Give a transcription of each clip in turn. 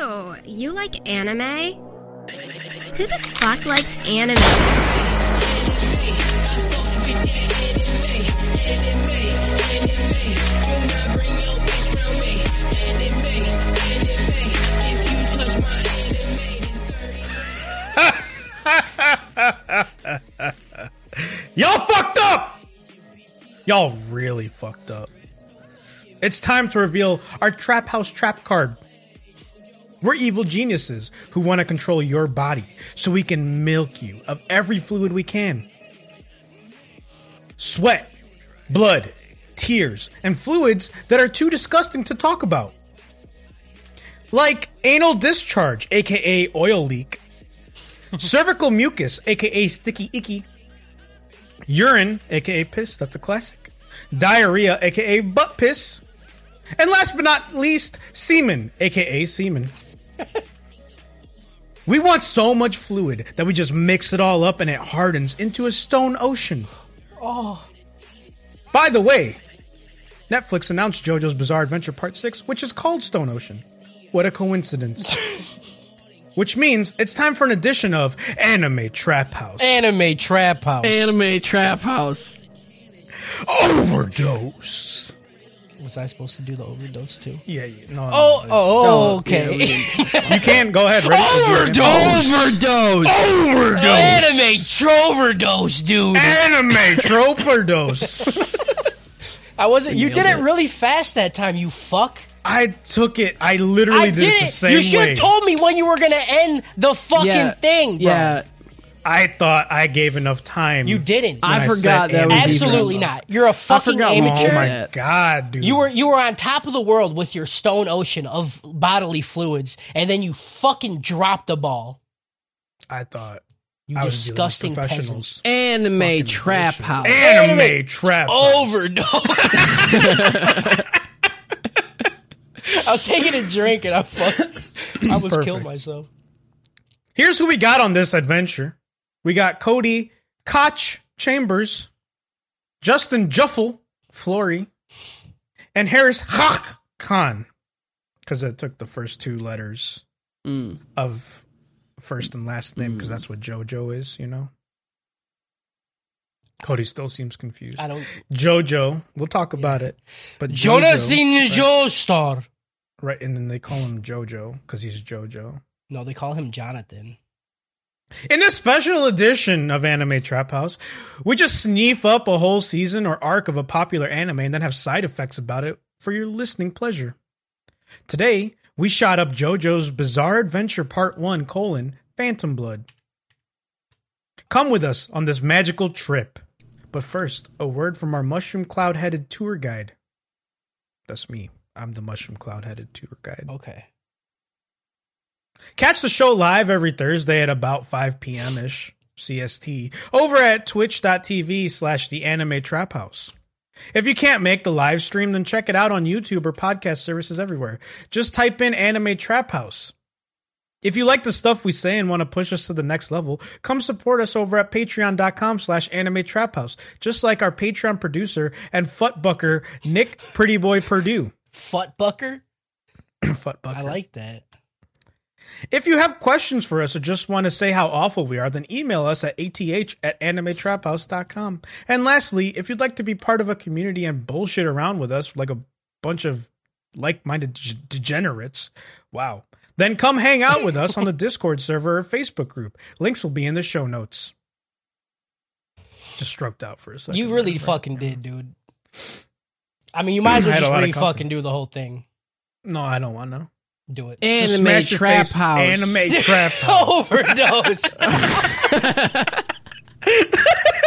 Oh, you like anime? Who the fuck likes anime? Y'all fucked up! Y'all really fucked up. It's time to reveal our Trap House Trap card. We're evil geniuses who want to control your body so we can milk you of every fluid we can. Sweat, blood, tears, and fluids that are too disgusting to talk about. Like anal discharge, aka oil leak, cervical mucus, aka sticky icky, urine, aka piss, that's a classic, diarrhea, aka butt piss, and last but not least, semen, aka semen. we want so much fluid that we just mix it all up and it hardens into a stone ocean. Oh. By the way, Netflix announced JoJo's Bizarre Adventure Part 6, which is called Stone Ocean. What a coincidence. which means it's time for an edition of Anime Trap House. Anime Trap House. Anime Trap House. Overdose. Was I supposed to do the overdose too? Yeah, you- no. no, Oh, no. oh, okay. You can go ahead. Ready? Overdose. Anime Troverdose, dude. Anime troperdose. I wasn't. You did it it. really fast that time. You fuck. I took it. I literally I did, did it the it. same You should way. have told me when you were gonna end the Oh, fucking thing, bro. Yeah, I thought I gave enough time. You didn't. I When I forgot said that was anime. Absolutely Overdose. not. You're a fucking forgot my- amateur. Oh my Sure. god, dude! You were you were on top of the world with your stone ocean of bodily fluids, and then you fucking dropped the ball. I thought You I was dealing with disgusting peasant. professionals. Anime Trap House. Anime, trap Overdose. I was taking a drink and I fucking I was Perfect. killed myself. Here's who we got on this adventure. We got Cody Koch Chambers, Justin Juffel Flory, and Harris Haq Khan. Because I took the first two letters Mm. of first and last name, because that's what JoJo is, you know? Cody still seems confused. I don't. JoJo, we'll talk about it. But JoJo, Jonathan Joestar. right, and then they call him JoJo because he's JoJo. No, they call him Jonathan. In this special edition of Anime Trap House, we just sneak up a whole season or arc of a popular anime and then have side effects about it for your listening pleasure. Today, we shot up JoJo's Bizarre Adventure Part 1 colon Phantom Blood. Come with us on this magical trip. But first, a word from our mushroom cloud headed tour guide. That's me. I'm the mushroom cloud headed tour guide. Okay. Catch the show live every Thursday at about 5 p.m. ish CST over at twitch.tv slash the anime trap house. If you can't make the live stream, then check it out on YouTube or podcast services everywhere. Just type in anime trap house. If you like the stuff we say and want to push us to the next level, come support us over at patreon.com slash anime trap house, just like our Patreon producer and futbucker, Nick Pretty Boy Purdue. Futbucker. futbucker. I like that. If you have questions for us or just want to say how awful we are, then email us at ath at animetraphouse.com. And lastly, if you'd like to be part of a community and bullshit around with us like a bunch of like minded degenerates, wow, then come hang out with us on the Discord server or Facebook group. Links will be in the show notes. Just stroked out for a second. you really there, right? fucking did, dude. I mean, you might as well I had a just lot of re fucking do the whole thing. No, I don't want to. Do it. Just Anime smash your Trap face. House. Anime Trap House. Overdose.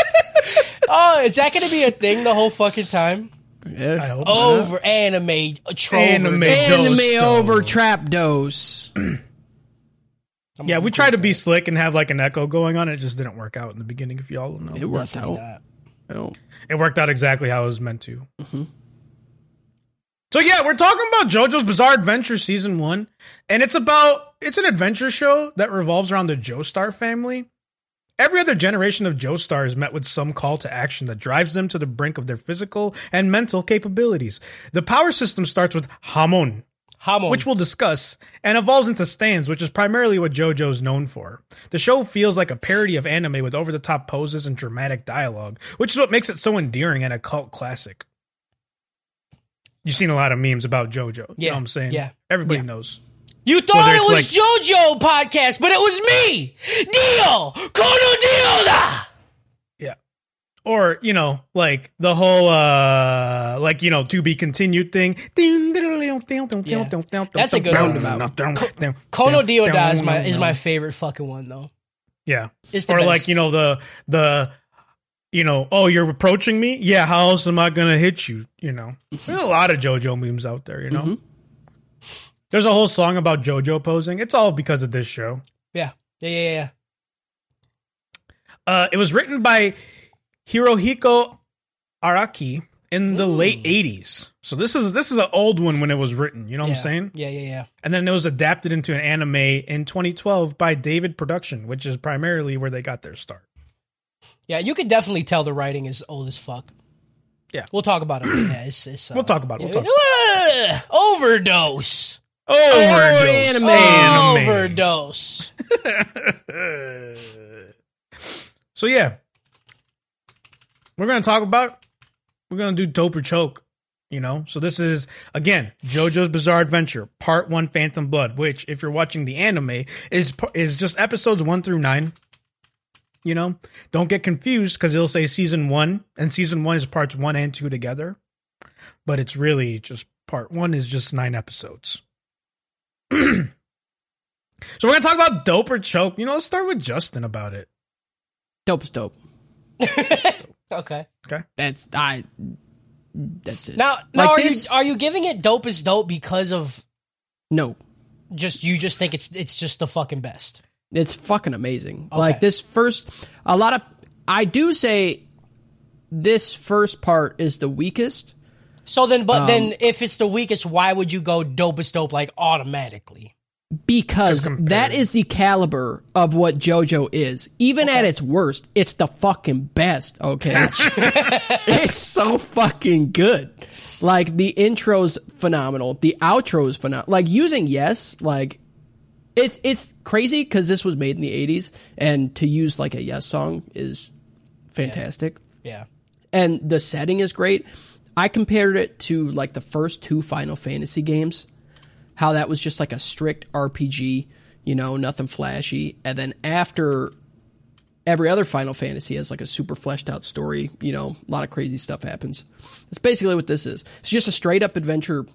oh, is that going to be a thing the whole fucking time? I hope not. Over anime, Anime. anime. Dose, Anime though. over Trap Dose. Yeah, we tried to be slick and have like an echo going on. It just didn't work out in the beginning, if y'all don't know. It It, worked Definitely out. not. Oh. worked out exactly how it was meant to. Mm-hmm. So yeah, we're talking about JoJo's Bizarre Adventure season one, and it's about it's an adventure show that revolves around the Joestar family. Every other generation of Joestar is met with some call to action that drives them to the brink of their physical and mental capabilities. The power system starts with Hamon, Hamon. which we'll discuss, and evolves into stands, which is primarily what JoJo's known for. The show feels like a parody of anime with over the top poses and dramatic dialogue, which is what makes it so endearing and a cult classic. You've seen a lot of memes about JoJo. You know Yeah, what I'm saying? yeah. Everybody knows. you whether thought it it's was JoJo podcast, but it was me, Dio Kono Dioda. Yeah. Or, you know, like the whole uh like, you know, to be continued thing. That's a good Roundabout. Kono Dioda is my is my favorite fucking one though. Yeah. It's the Or best. like, you know, the the you know, oh, you're approaching me? Yeah, how else am I gonna hit you? You know. Mm-hmm. There's a lot of JoJo memes out there, you know. There's a whole song about JoJo posing. It's all because of this show. yeah, yeah, yeah, yeah. Uh, it was written by Hirohiko Araki in the late '80s. So this is this is an old one when it was written. You know what yeah. I'm saying? Yeah, yeah, yeah. And then it was adapted into an anime in 2012 by David Production, which is primarily where they got their start. Yeah, you could definitely tell the writing is old as fuck. Yeah. we'll talk about it. Yeah, it's, it's uh, We'll talk about it. We'll talk. Ugh, overdose. Overdose. anime. Anime. Overdose. So yeah, we're gonna talk about. We're gonna do dope or choke. You know, so this is again JoJo's Bizarre Adventure Part One: Phantom Blood, which, if you're watching the anime, is p- is just episodes one through nine. You know, don't get confused because it'll say season one, and season one is parts one and two together, but it's really just part one is just nine episodes. so we're gonna talk about dope or choke. You know, let's start with Justin about it. Dope's dope. Okay. That's I. That's it. Now, now Like are this- you are you giving it dope as dope because of no, just you just think it's it's just the fucking best? it's fucking amazing. Okay. Like this first, a lot of I do say this first part is the weakest. So then, but then if it's the weakest, why would you go dope as dope like automatically? because that is the caliber of what JoJo is. Even at its worst, it's the fucking best, okay? it's so fucking good. Like the intro's phenomenal, the outro's phenomenal. Like using yes, like it's it's crazy cuz this was made in the 80s and to use like a yes song is fantastic Yeah. and the setting is great. I compared it to like the first two Final Fantasy games, how that was just like a strict RPG, you know, nothing flashy. And then after every other Final Fantasy has like a super fleshed out story, you know, a lot of crazy stuff happens. That's basically what this is. It's just a straight up adventure,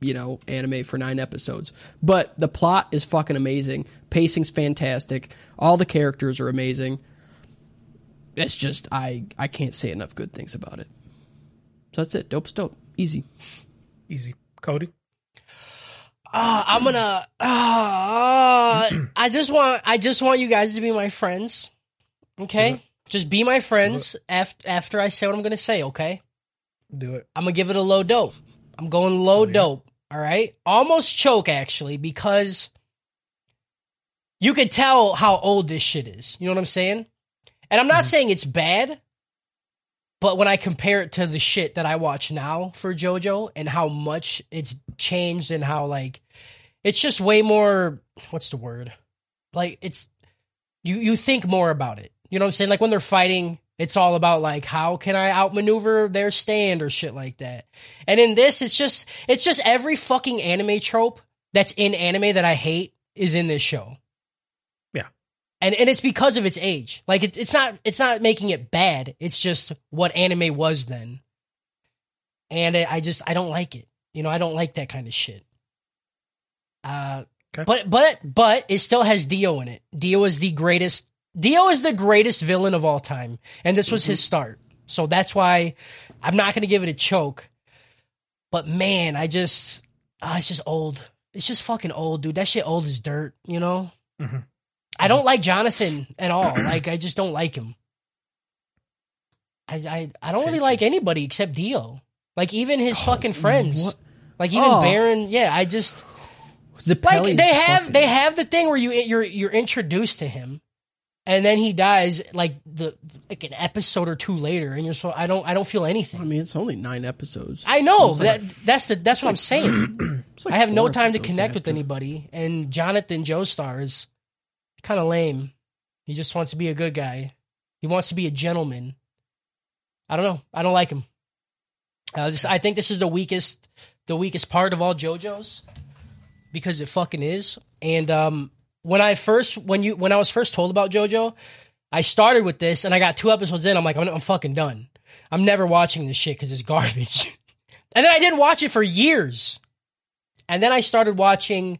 you know, anime for nine episodes. But the plot is fucking amazing. Pacing's fantastic. All the characters are amazing it's just I I can't say enough good things about it. So that's it. Dope's dope. Easy. Easy, Cody. Uh, I'm gonna. Uh, I just want. I just want you guys to be my friends. Okay. Just be my friends after after I say what I'm gonna say. Okay. Do it. I'm gonna give it a low dope. I'm going low dope. All right, almost choke actually because you could tell how old this shit is. You know what I'm saying? And I'm not saying it's bad, but when I compare it to the shit that I watch now for JoJo and how much it's changed and how like it's just way more. What's the word? Like it's you you think more about it. You know what I'm saying? Like when they're fighting, it's all about like how can I outmaneuver their stand or shit like that. And in this, it's just it's just every fucking anime trope that's in anime that I hate is in this show. Yeah. And and it's because of its age. Like it, it's not it's not making it bad. It's just what anime was then. And I I just I don't like it. You know, I don't like that kind of shit. Uh Okay. but but but it still has Dio in it. Dio is the greatest. Dio is the greatest villain of all time, and this was his start. So that's why I'm not going to give it a choke. But man, I just ah, it's just old. It's just fucking old, dude. That shit old as dirt. You know. Mhm. I don't like Jonathan at all. like I just don't like him. I I, I don't really like anybody except Dio. Like even his fucking friends. Like even Oh. Baron. Yeah, I just. Zeppeli Like is they have fucking- they have the thing where you you're you're introduced to him, and then he dies like the like an episode or two later, and you're so I don't I don't feel I anything. mean, it's only nine episodes. I know that that's the that's what I'm saying. It's like I have no four time to episodes connect with after. anybody. And Jonathan Joestar is kind of lame. He just wants to be a good guy. He wants to be a gentleman. I don't know. I don't like him. Uh, this, I think this is the weakest, the weakest part of all JoJo's because it fucking is. And um, when I first, when you, when I was first told about JoJo, I started with this, and I got two episodes in. I'm like, I'm, I'm fucking done. I'm never watching this shit because it's garbage. and then I didn't watch it for years. And then I started watching,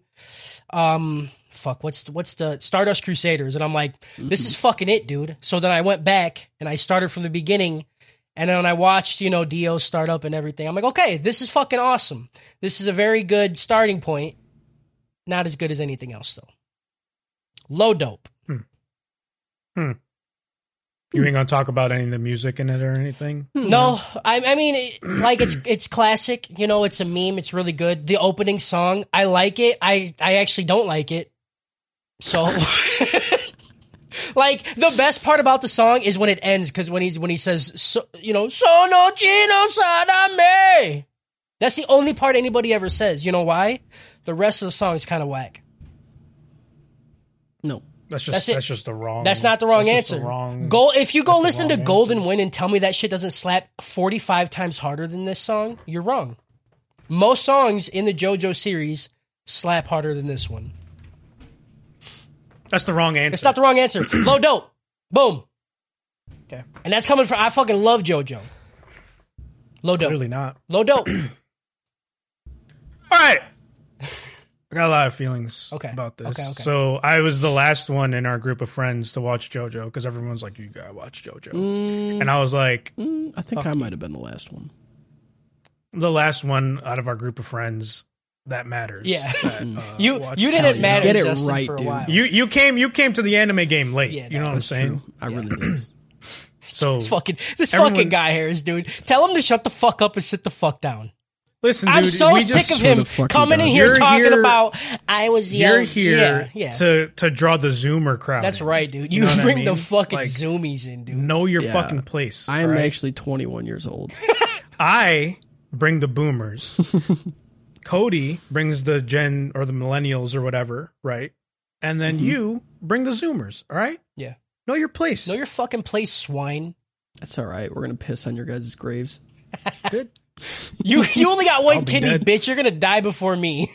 um, fuck, what's the, what's the Stardust Crusaders, and I'm like, this is fucking it, dude. So then I went back and I started from the beginning, and then I watched, you know, Dio start up and everything. I'm like, okay, this is fucking awesome. This is a very good starting point. Not as good as anything else though. Low dope. You ain't gonna talk about any of the music in it or anything. No, I, I mean, it, like it's it's classic. You know, it's a meme. It's really good. The opening song, I like it. I I actually don't like it. So, like the best part about the song is when it ends because when he's when he says, so, you know, sono chino sadame. That's the only part anybody ever says. You know why? The rest of the song is kind of whack. No. That's just That's that's, it. just the wrong. That's not the wrong that's just answer. The wrong, Go if you go that's the listen to wrong Golden Wind and tell me that shit doesn't slap 45 times harder than this song, you're wrong. Most songs in the JoJo series slap harder than this one. that's the wrong answer. It's not the wrong answer. Low dope. Boom. Okay. And that's coming from I fucking love JoJo. Low dope. Clearly not. Low dope. All right. I got a lot of feelings Okay. about this. Okay, okay. So I was the last one in our group of friends to watch JoJo because everyone's like, "You gotta watch JoJo," and I was like, Mm, I think I might have been the last one. the last one out of our group of friends that matters. Yeah. That, uh, you watched you Hell didn't Yeah. matter Get it Justin, right, for a dude. while. You you came you came to the anime game late. Yeah, you know what I'm saying? True. I really did. So This fucking this Everyone- fucking guy Harris, dude. Tell him to shut the fuck up and sit the fuck down. listen, dude, I'm so we sick just, of Sort him of fucking coming in does. here You're talking here- about I was the you're old-" here Yeah, yeah. to to draw the zoomer crowd. That's in. right, dude. You You, know what I bring the mean? fucking Like- zoomies in, dude. Know your Yeah. fucking place. I am all right? actually 21 years old. I bring the boomers. Cody brings the gen or the millennials or whatever, right? And then Mm-hmm. you bring the zoomers, all right? Yeah. Know your place. Know your fucking place, swine. That's all right. We're gonna piss on your guys' graves. good. You you only got one be kidney, dead. bitch. You're gonna die before me.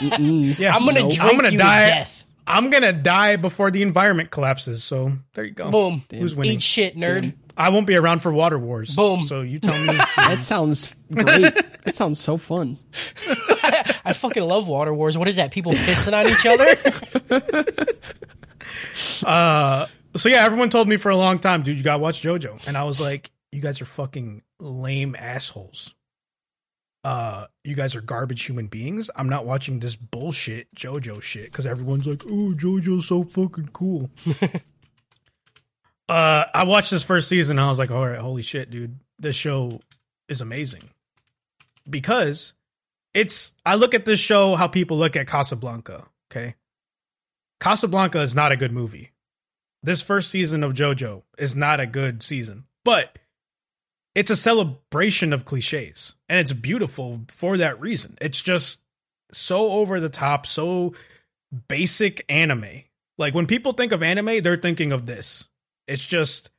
Yeah, I'm gonna Nope. drink I'm gonna you die. to death. I'm gonna die before the environment collapses. So there you go. Boom. Who's winning? Eat shit, nerd. I won't be around for water wars. Boom. So you tell me. That sounds great. that sounds so fun. I fucking love water wars. What is that? People pissing on each other? so yeah, everyone told me for a long time, dude, you gotta watch JoJo, and I was like, you guys are fucking lame assholes. Uh, you guys are garbage human beings. I'm not watching this bullshit JoJo shit because everyone's like, oh, JoJo's so fucking cool. uh, I watched this first season. And I was like, all right, holy shit, dude, this show is amazing because it's. I look at this show how people look at Casablanca. Okay, Casablanca is not a good movie this first season of JoJo is not a good season, but it's a celebration of cliches and it's beautiful for that reason. It's just so over the top, so basic anime. Like when people think of anime, they're thinking of this. It's just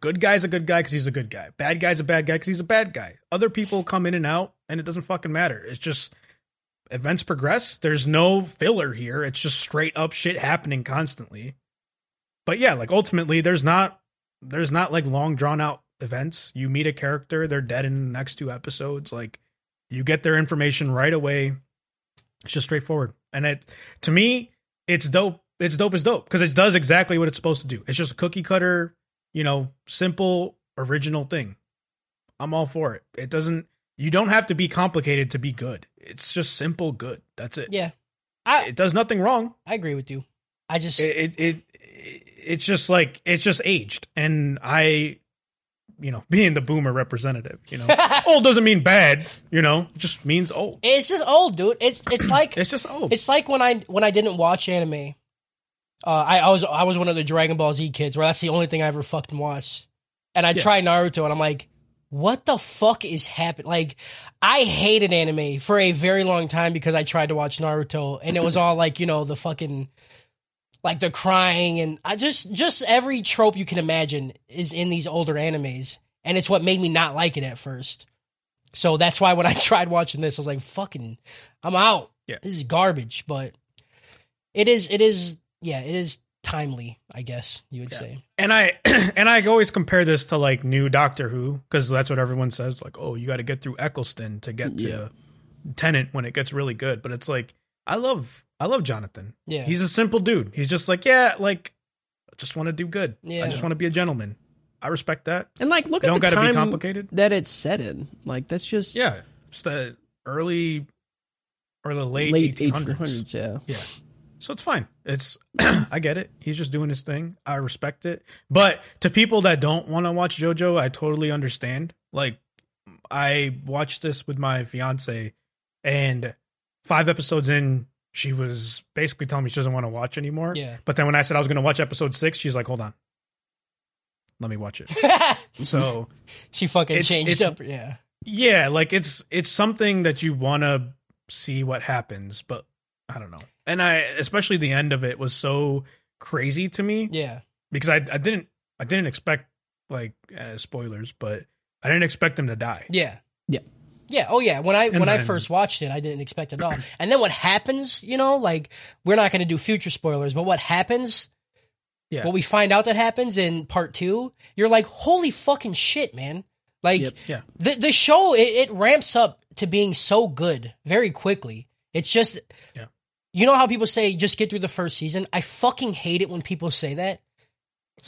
good guy's a good guy because he's a good guy, bad guy's a bad guy because he's a bad guy. Other people come in and out and it doesn't fucking matter. It's just events progress. There's no filler here. It's just straight up shit happening constantly but yeah, like ultimately, there's not there's not like long drawn out events. You meet a character, they're dead in the next two episodes. Like you get their information right away. It's just straightforward, and it to me, it's dope. It's dope as dope because it does exactly what it's supposed to do. It's just a cookie cutter, you know, simple original thing. I'm all for it. It doesn't. You don't have to be complicated to be good. It's just simple good. That's it. yeah, I It does nothing wrong I agree with you. I just it, it it it's just like it's just aged and i you know being the boomer representative you know old doesn't mean bad you know it just means old it's just old, dude. It's it's like it's just old It's like when I when I didn't watch anime. Uh, I, I was I was one of the Dragon Ball Z kids where that's the only thing I ever fucking watched. And I Yeah. tried Naruto and I'm like, what the fuck is happening? Like, I hated anime for a very long time because I tried to watch Naruto and it was all like, you know, the fucking, like the crying and I just, just every trope you can imagine is in these older animes. And it's what made me not like it at first. So that's why when I tried watching this, I was like, fucking, I'm out. Yeah. This is garbage, but it is, it is, yeah, it is timely, I guess you would say. and I and I always compare this to like new Doctor Who because that's what everyone says. Like, oh, you got to get through Eccleston to get to Yeah. Tenant when it gets really good. But it's like I love I love Jonathan. Yeah. he's a simple dude. He's just like yeah, like I just want to do good. Yeah. I just want to be a gentleman. I respect that. And like, look It at don't the gotta be time complicated. that it's set in. Like, that's just Yeah, just the early or the late, late 1800s. 1800s. Yeah, Yeah. So it's fine. It's I get it. He's just doing his thing. I respect it. But to people that don't want to watch JoJo, I totally understand. Like I watched this with my fiance and 5 episodes in she was basically telling me she doesn't want to watch anymore. Yeah. But then when I said I was going to watch episode 6, she's like, "Hold on. Let me watch it." so she fucking It's- changed it's- up. Yeah. yeah, like it's it's something that you want to see what happens, but I don't know. And I especially the end of it was so crazy to me Yeah. because I I didn't I didn't expect like uh, spoilers, but I didn't expect him to die. Yeah. Yeah. Yeah. Oh yeah. When I And when I then- first watched it, I didn't expect it at all. And then what happens, you know, like we're not gonna do future spoilers, but what happens Yeah. what we find out that happens in part two, you're like, holy fucking shit, man. Like Yep. Yeah. the the show it, it ramps up to being so good very quickly. It's just Yeah. you know how people say just get through the first season? I fucking hate it when people say that.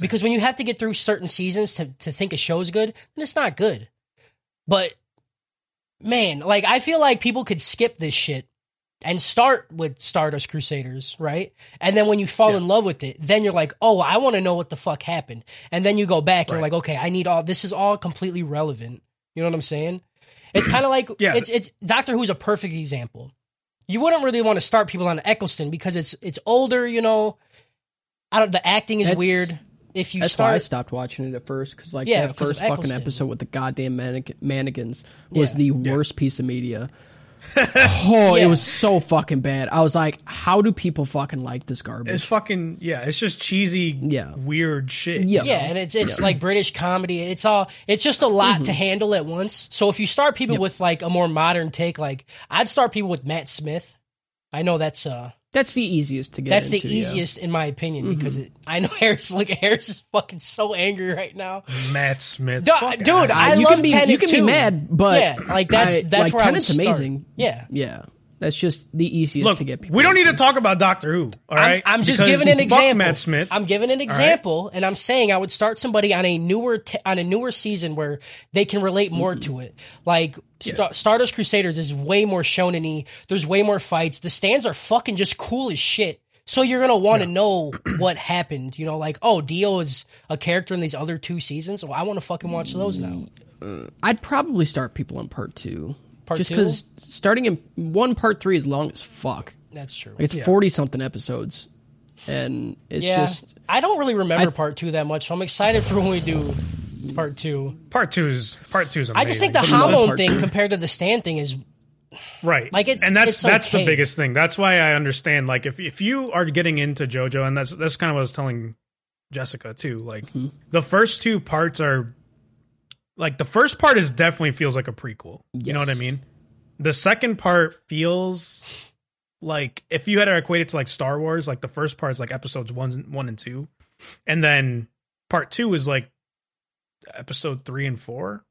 Because when you have to get through certain seasons to, to think a show's good, then it's not good. But man, like I feel like people could skip this shit and start with Stardust Crusaders, right? And then when you fall Yeah. in love with it, then you're like, oh, I want to know what the fuck happened. And then you go back, and you're Right. like, okay, I need all this is all completely relevant. You know what I'm saying? It's kind of like Yeah. it's it's Doctor Who's a perfect example. You wouldn't really want to start people on Eccleston because it's it's older, you know. I don't. The acting is That's- weird. If you that's why I start, stopped watching it at first because like Yeah, that because of first fucking Eccleston. episode with the goddamn mannequin, mannequins was Yeah. the worst piece of media. oh, Yeah. it was so fucking bad. I was like, how do people fucking like this garbage? It's fucking yeah, it's just cheesy Yeah. weird shit. yeah, yeah, and it's it's like British comedy. It's all it's just a lot Mm-hmm. to handle at once. So if you start people with like a more modern take, like I'd start people with Matt Smith. I know that's uh that's the easiest to get. that's into, the yeah. Mm-hmm. easiest in my opinion because it, I know Harris look Harris is fucking so angry right now. Matt Smith. Dude, Fuck dude, outta I here. you love can be Tenet you can too. be mad, but Yeah, like, that's- I- that's like, where I would Tenet's start. amazing. Yeah. yeah, that's just the easiest Look, to get people. we don't need to talk about Doctor Who, all I'm- right? I'm, just Because giving an fuck example. Matt Smith. I'm giving an example, and I'm saying I would start somebody on a newer t- on a newer season where they can relate more to it. Like Star- Stardust Crusaders is way more shonen-y. There's way more fights. The stands are fucking just cool as shit. So you're gonna want to know what happened. You know, like oh, Dio is a character in these other two seasons. Well, I want to fucking watch those now. I'd probably start people on part two. Part just two? because starting in one part three is long as fuck. That's true. Like it's forty something episodes, and it's yeah, just I don't really remember part two that much, so I'm excited for when we do part two. part two's part two's amazing. I just think the love Hollow part thing two. compared to the stand thing is right Like, it's- and that's it's that's okay. the biggest thing that's why i understand like if if you are getting into jojo and that's that's kind of what i was telling jessica too like Mm-hmm. the first two parts are like the first part is definitely feels like a prequel you know what i Yes. mean the second part feels like if you had to equate it to like star wars like the first part is like episodes one one and two and then part two is like episode three and four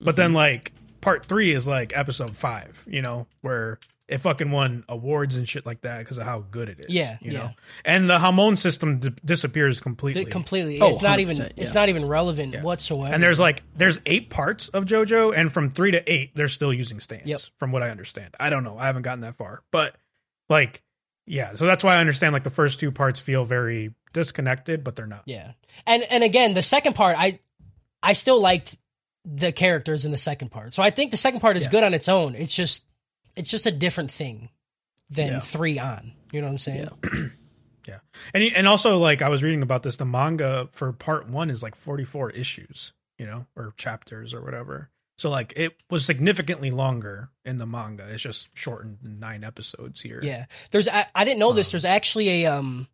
but Mm-hmm. then like part three is like episode five, you know, where it fucking won awards and shit like that because of how good it is. Yeah, you yeah. know, and the Hamon system d- disappears completely. Di- completely. Oh, it's not even 100%, it's yeah. not even relevant whatsoever. and there's like there's eight parts of JoJo, and from three to eight, they're still using stands. Yep. From what I understand, I don't know. I haven't gotten that far, but like, yeah. So that's why I understand like the first two parts feel very disconnected, but they're not. yeah. And and again, the second part I I still liked the characters in the second part. So I think the second part is good on its own. It's just it's just a different thing than 3 on. You know what I'm saying? Yeah, and and also like I was reading about this, the manga for part one is like forty four issues. you know, or chapters or whatever. So like it was significantly longer in the manga. It's just shortened nine episodes here. Yeah, there's I, I didn't know this. There's actually a um,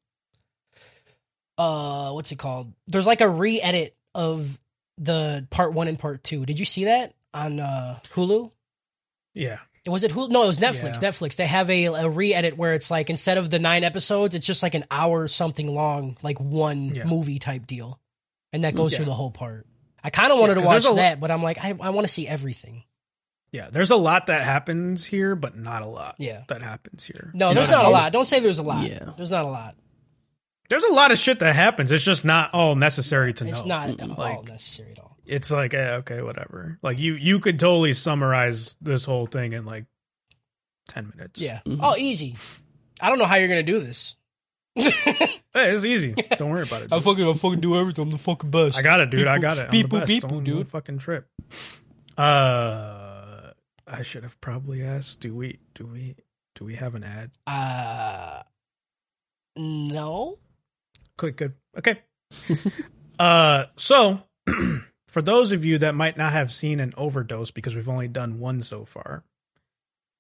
uh, what's it called? There's like a re-edit of the part one and part two. Did you see that on uh Hulu? Yeah. Was it Hulu? No, it was Netflix. Yeah. Netflix. They have a, a re-edit where it's like instead of the nine episodes, it's just like an hour something long, like one Yeah. movie type deal, and that goes Yeah. through the whole part. I kind of wanted to 'cause watch there's a- that, but I'm like, I, I want to see everything. Yeah. There's a lot that happens here, but not a lot. Yeah. That happens here. No, You know there's what I not a mean? lot. Don't say there's a lot. Yeah. There's not a lot. There's a lot of shit that happens. It's just not all necessary to know. It's not at all Like- necessary at all. It's like, eh, okay, whatever. Like you you could totally summarize this whole thing in like ten minutes. Yeah. Oh, easy. I don't know how you're gonna do this. Hey, it's easy. Don't worry about it. dude. I fucking do everything. I'm the fucking best. I got it, dude. I got it. I'm Beep the best. boop, beep Don't- boop, don't dude. fucking trip. Uh, I should have probably asked. Do we? Do we? Do we have an ad? Uh, no. Good. Good. Okay. uh, so for those of you that might not have seen an overdose because we've only done one so far,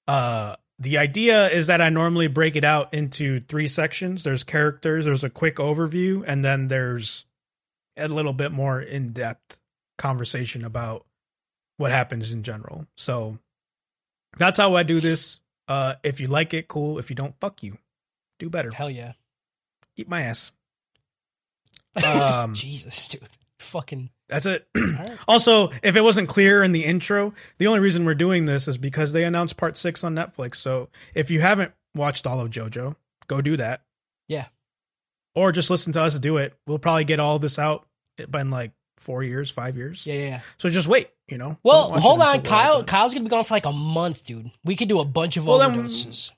uh, the idea is that I normally break it out into three sections. There's characters. There's a quick overview, and then there's a little bit more in depth conversation about what happens in general. So that's how I do this. Uh, if you like it, cool. If you don't, fuck you. Do better. Hell yeah. Eat my ass. Um, Jesus, dude. Fucking. That's it. right. Also, if it wasn't clear in the intro, the only reason we're doing this is because they announced part six on Netflix. So if you haven't watched all of JoJo, go do that. Yeah. Or just listen to us do it. We'll probably get all this out in like four years, five years. Yeah, yeah. yeah. So just wait, you know? Don't Well, watch hold it until on, we're all Kyle. done. Kyle's gonna be gone for like a month, dude. We could do a bunch of Well, then- overdoses.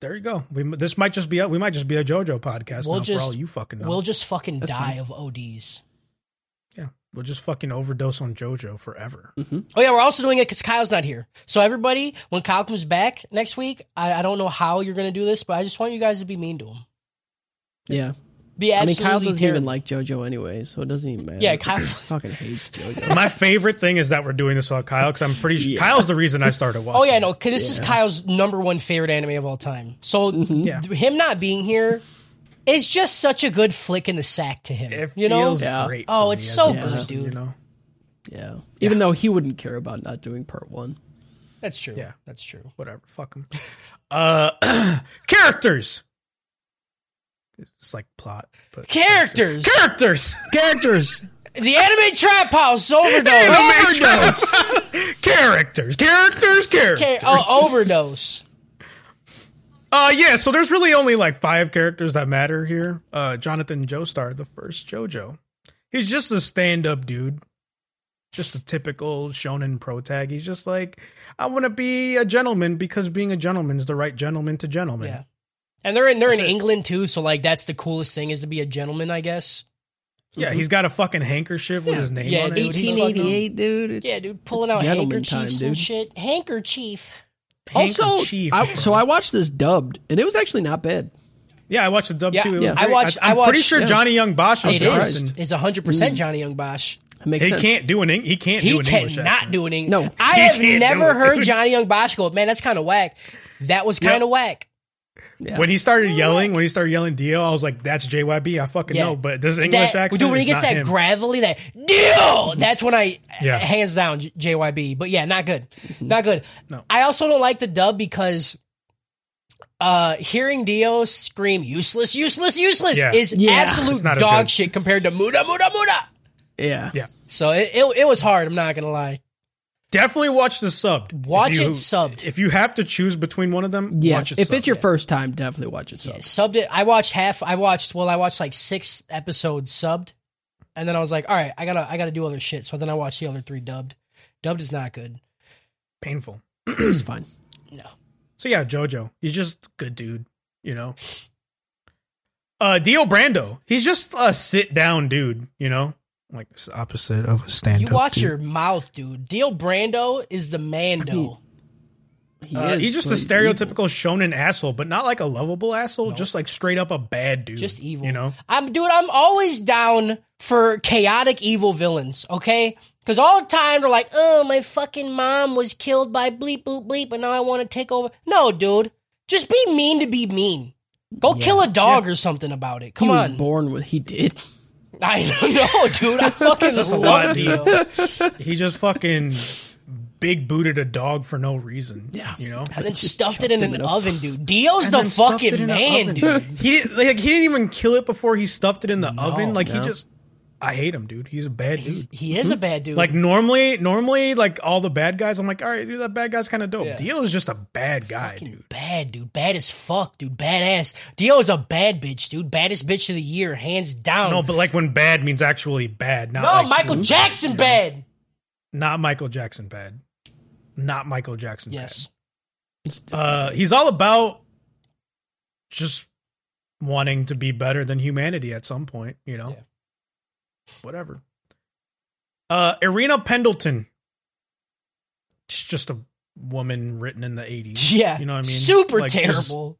There you go. We, this might just be a, we might just be a JoJo podcast We'll now just- for all you fucking know. We'll just fucking That's die fine. of ODs. yeah. We'll just fucking overdose on JoJo forever. mm-hmm. Oh yeah, we're also doing it because Kyle's not here. So everybody, when Kyle comes back next week, I, I don't know how you're gonna do this, but I just want you guys to be mean to him. Yeah. Be I mean, absolutely Kyle doesn't terrible. even like JoJo anyway, so it doesn't even matter. Yeah, Kyle- fucking hates JoJo. My favorite thing is that we're doing this without Kyle because I'm pretty sure Yeah. Kyle's the reason I started watching. Oh yeah, no, 'cause this is Kyle's number one favorite anime of all time. So Mm-hmm. Yeah. th- him not being here is just such a good flick in the sack to him. It you know, feels Yeah. great. Oh, for it's me as so a good, person, You dude. know, yeah. Even though he wouldn't care about not doing part one. that's true. Yeah. that's true. whatever. Fuck them. Uh, characters. It's like plot, but Characters, characters. Characters! the anime trap house overdose. Overdose. characters. Characters. Characters. Char- oh, overdose. Uh, yeah. So there's really only like five characters that matter here. Uh, Jonathan Joestar, the first JoJo. He's just a stand-up dude. Just a typical shonen pro tag. He's just like, I want to be a gentleman because being a gentleman's the right gentleman to gentleman. Yeah, and they're in they're in England too, so like that's the coolest thing is to be a gentleman, I guess. Yeah, he's got a fucking handkerchief with his name Yeah, on dude, it. he's- 1888, dude. It's- Yeah, dude, pulling out gentleman handkerchiefs time, and dude. shit. Handkerchief. Also, Handkerchief, I, bro. so I watched this dubbed, and it was actually not bad. yeah, I watched the dub Yeah, too. It was yeah. great. I watched- I'm I pretty watched- sure yeah. Johnny Young Bosch was It the is person. is hundred Mm. percent Johnny Young Bosch. It makes He sense. can't do an Eng- he can't He do an English cannot accent. do an English. No. I He have can't never do it. heard Johnny Young Bosch go, man, that's kind of whack. That was kind of Yep. whack. Yeah. When he started yelling, when he started yelling Dio, I was like, "That's JYB." I fucking Yeah. know, but this That, English accent. dude, when he is gets not that him. gravelly, that deal, that's when I, Yeah. hands down, J- JYB. But yeah, not good. Not good. No. I also don't like the dub because uh hearing Dio scream useless, useless, useless Yeah. is Yeah. absolute It's not as dog good. shit compared to Muda, Muda, Muda. yeah. Yeah. So it, it, it was hard, I'm not going to lie. Definitely watch the subbed. If Watch you- it subbed. If you have to choose between one of them, Yeah, watch it. if subbed. it's your first time, definitely watch it. sub. subbed it. I watched half. I watched well. I watched like six episodes subbed, and then I was like, all right, I gotta I gotta do other shit. So then I watched the other three dubbed. Dubbed is not good. painful. It's fine. So yeah, JoJo. He's just a good dude, you know. Uh Dio Brando. He's just a sit down dude, you know? Like it's the opposite of a stand You up. watch your mouth, dude. Deal Brando is the mando. He uh, is, he's just a but stereotypical shonen asshole, but not like a lovable asshole, just like straight up a bad dude. Just evil. You know? I'm dude. I'm always down for chaotic evil villains. Okay, Because all the time they're like, oh, my fucking mom was killed by bleep, bleep, bleep, and now I want to take over. No, dude. Just be mean to be mean. Go kill a dog or something about it. Come he on. was born with. He did. I don't know, dude. I fucking That's a lot, love Dio. He just fucking big booted a dog for no reason. Yeah, you know. And then Just stuffed it chucked in him an in a- oven, dude. Dio's the And then stuffed it fucking in the man, oven. dude. He didn't like he didn't even kill it before he stuffed it in the oven. Like no. he just, I hate him, dude. He's a bad dude. He is a bad dude. like normally, normally, like all the bad guys, I'm like, all right, dude, that bad guy's kind of dope. Yeah. Dio is just a bad guy, fucking dude. bad, dude. Bad as fuck, dude. Badass. Dio is a bad bitch, dude. Baddest bitch of the year, hands down. No, but like when bad means actually bad, not like, No, Michael Jackson bad. not Michael Jackson bad, not Michael Jackson. Yes. bad. uh, he's all about just wanting to be better than humanity at some point. You know, Yeah. whatever. Uh, Irina Pendleton. It's just a woman written in the 80s. Yeah. You know what I mean? Super Like, just- terrible.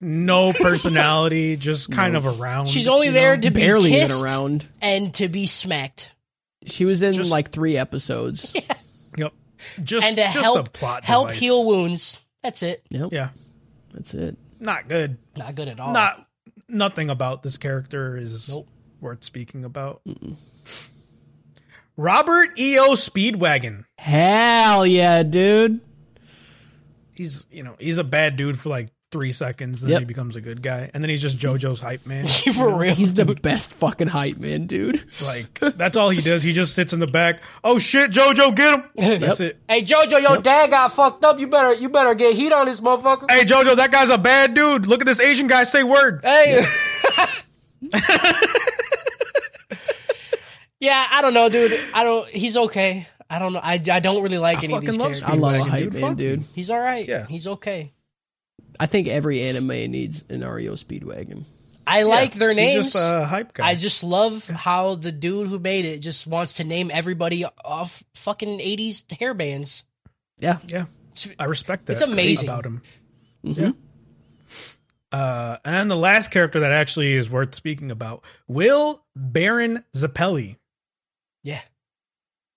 no personality, just kind of around. She's only you there know? to be Barely in kissed a round. and to be smacked. She was in Just- like three episodes. Yep. Just and to just a help plot help device. heal wounds. That's it. Yep, Yeah, that's it. not good. Not good at all. Not nothing about this character is Nope. worth speaking about. Robert E.O. Speedwagon. Hell yeah, dude. He's you know he's a bad dude for like three seconds, and Yep. then he becomes a good guy, and then he's just JoJo's hype man. for real. He's the best fucking hype man, dude. like that's all he does. He just sits in the back. Oh shit, JoJo, get him. That's it. Hey Jojo, your dad got fucked up. You better you better get heat on this motherfucker. Hey JoJo, that guy's a bad dude. Look at this Asian guy. Say word. Hey. yeah, I don't know, dude. I don't. He's okay. I don't know. I, I don't really like any of these fucking love characters. I love a Speedwagon, hype dude. man, Fuck dude. He's all right. Yeah. he's okay. I think every anime needs an REO Speedwagon. I like their names. He's just uh, a hype guy. I just love how the dude who made it just wants to name everybody off fucking eighties hair bands. Yeah, Yeah, I respect that. It's amazing. Mm-hmm. about him. Yeah. Uh, and the last character that actually is worth speaking about, Will Baron Zappelli. Yeah,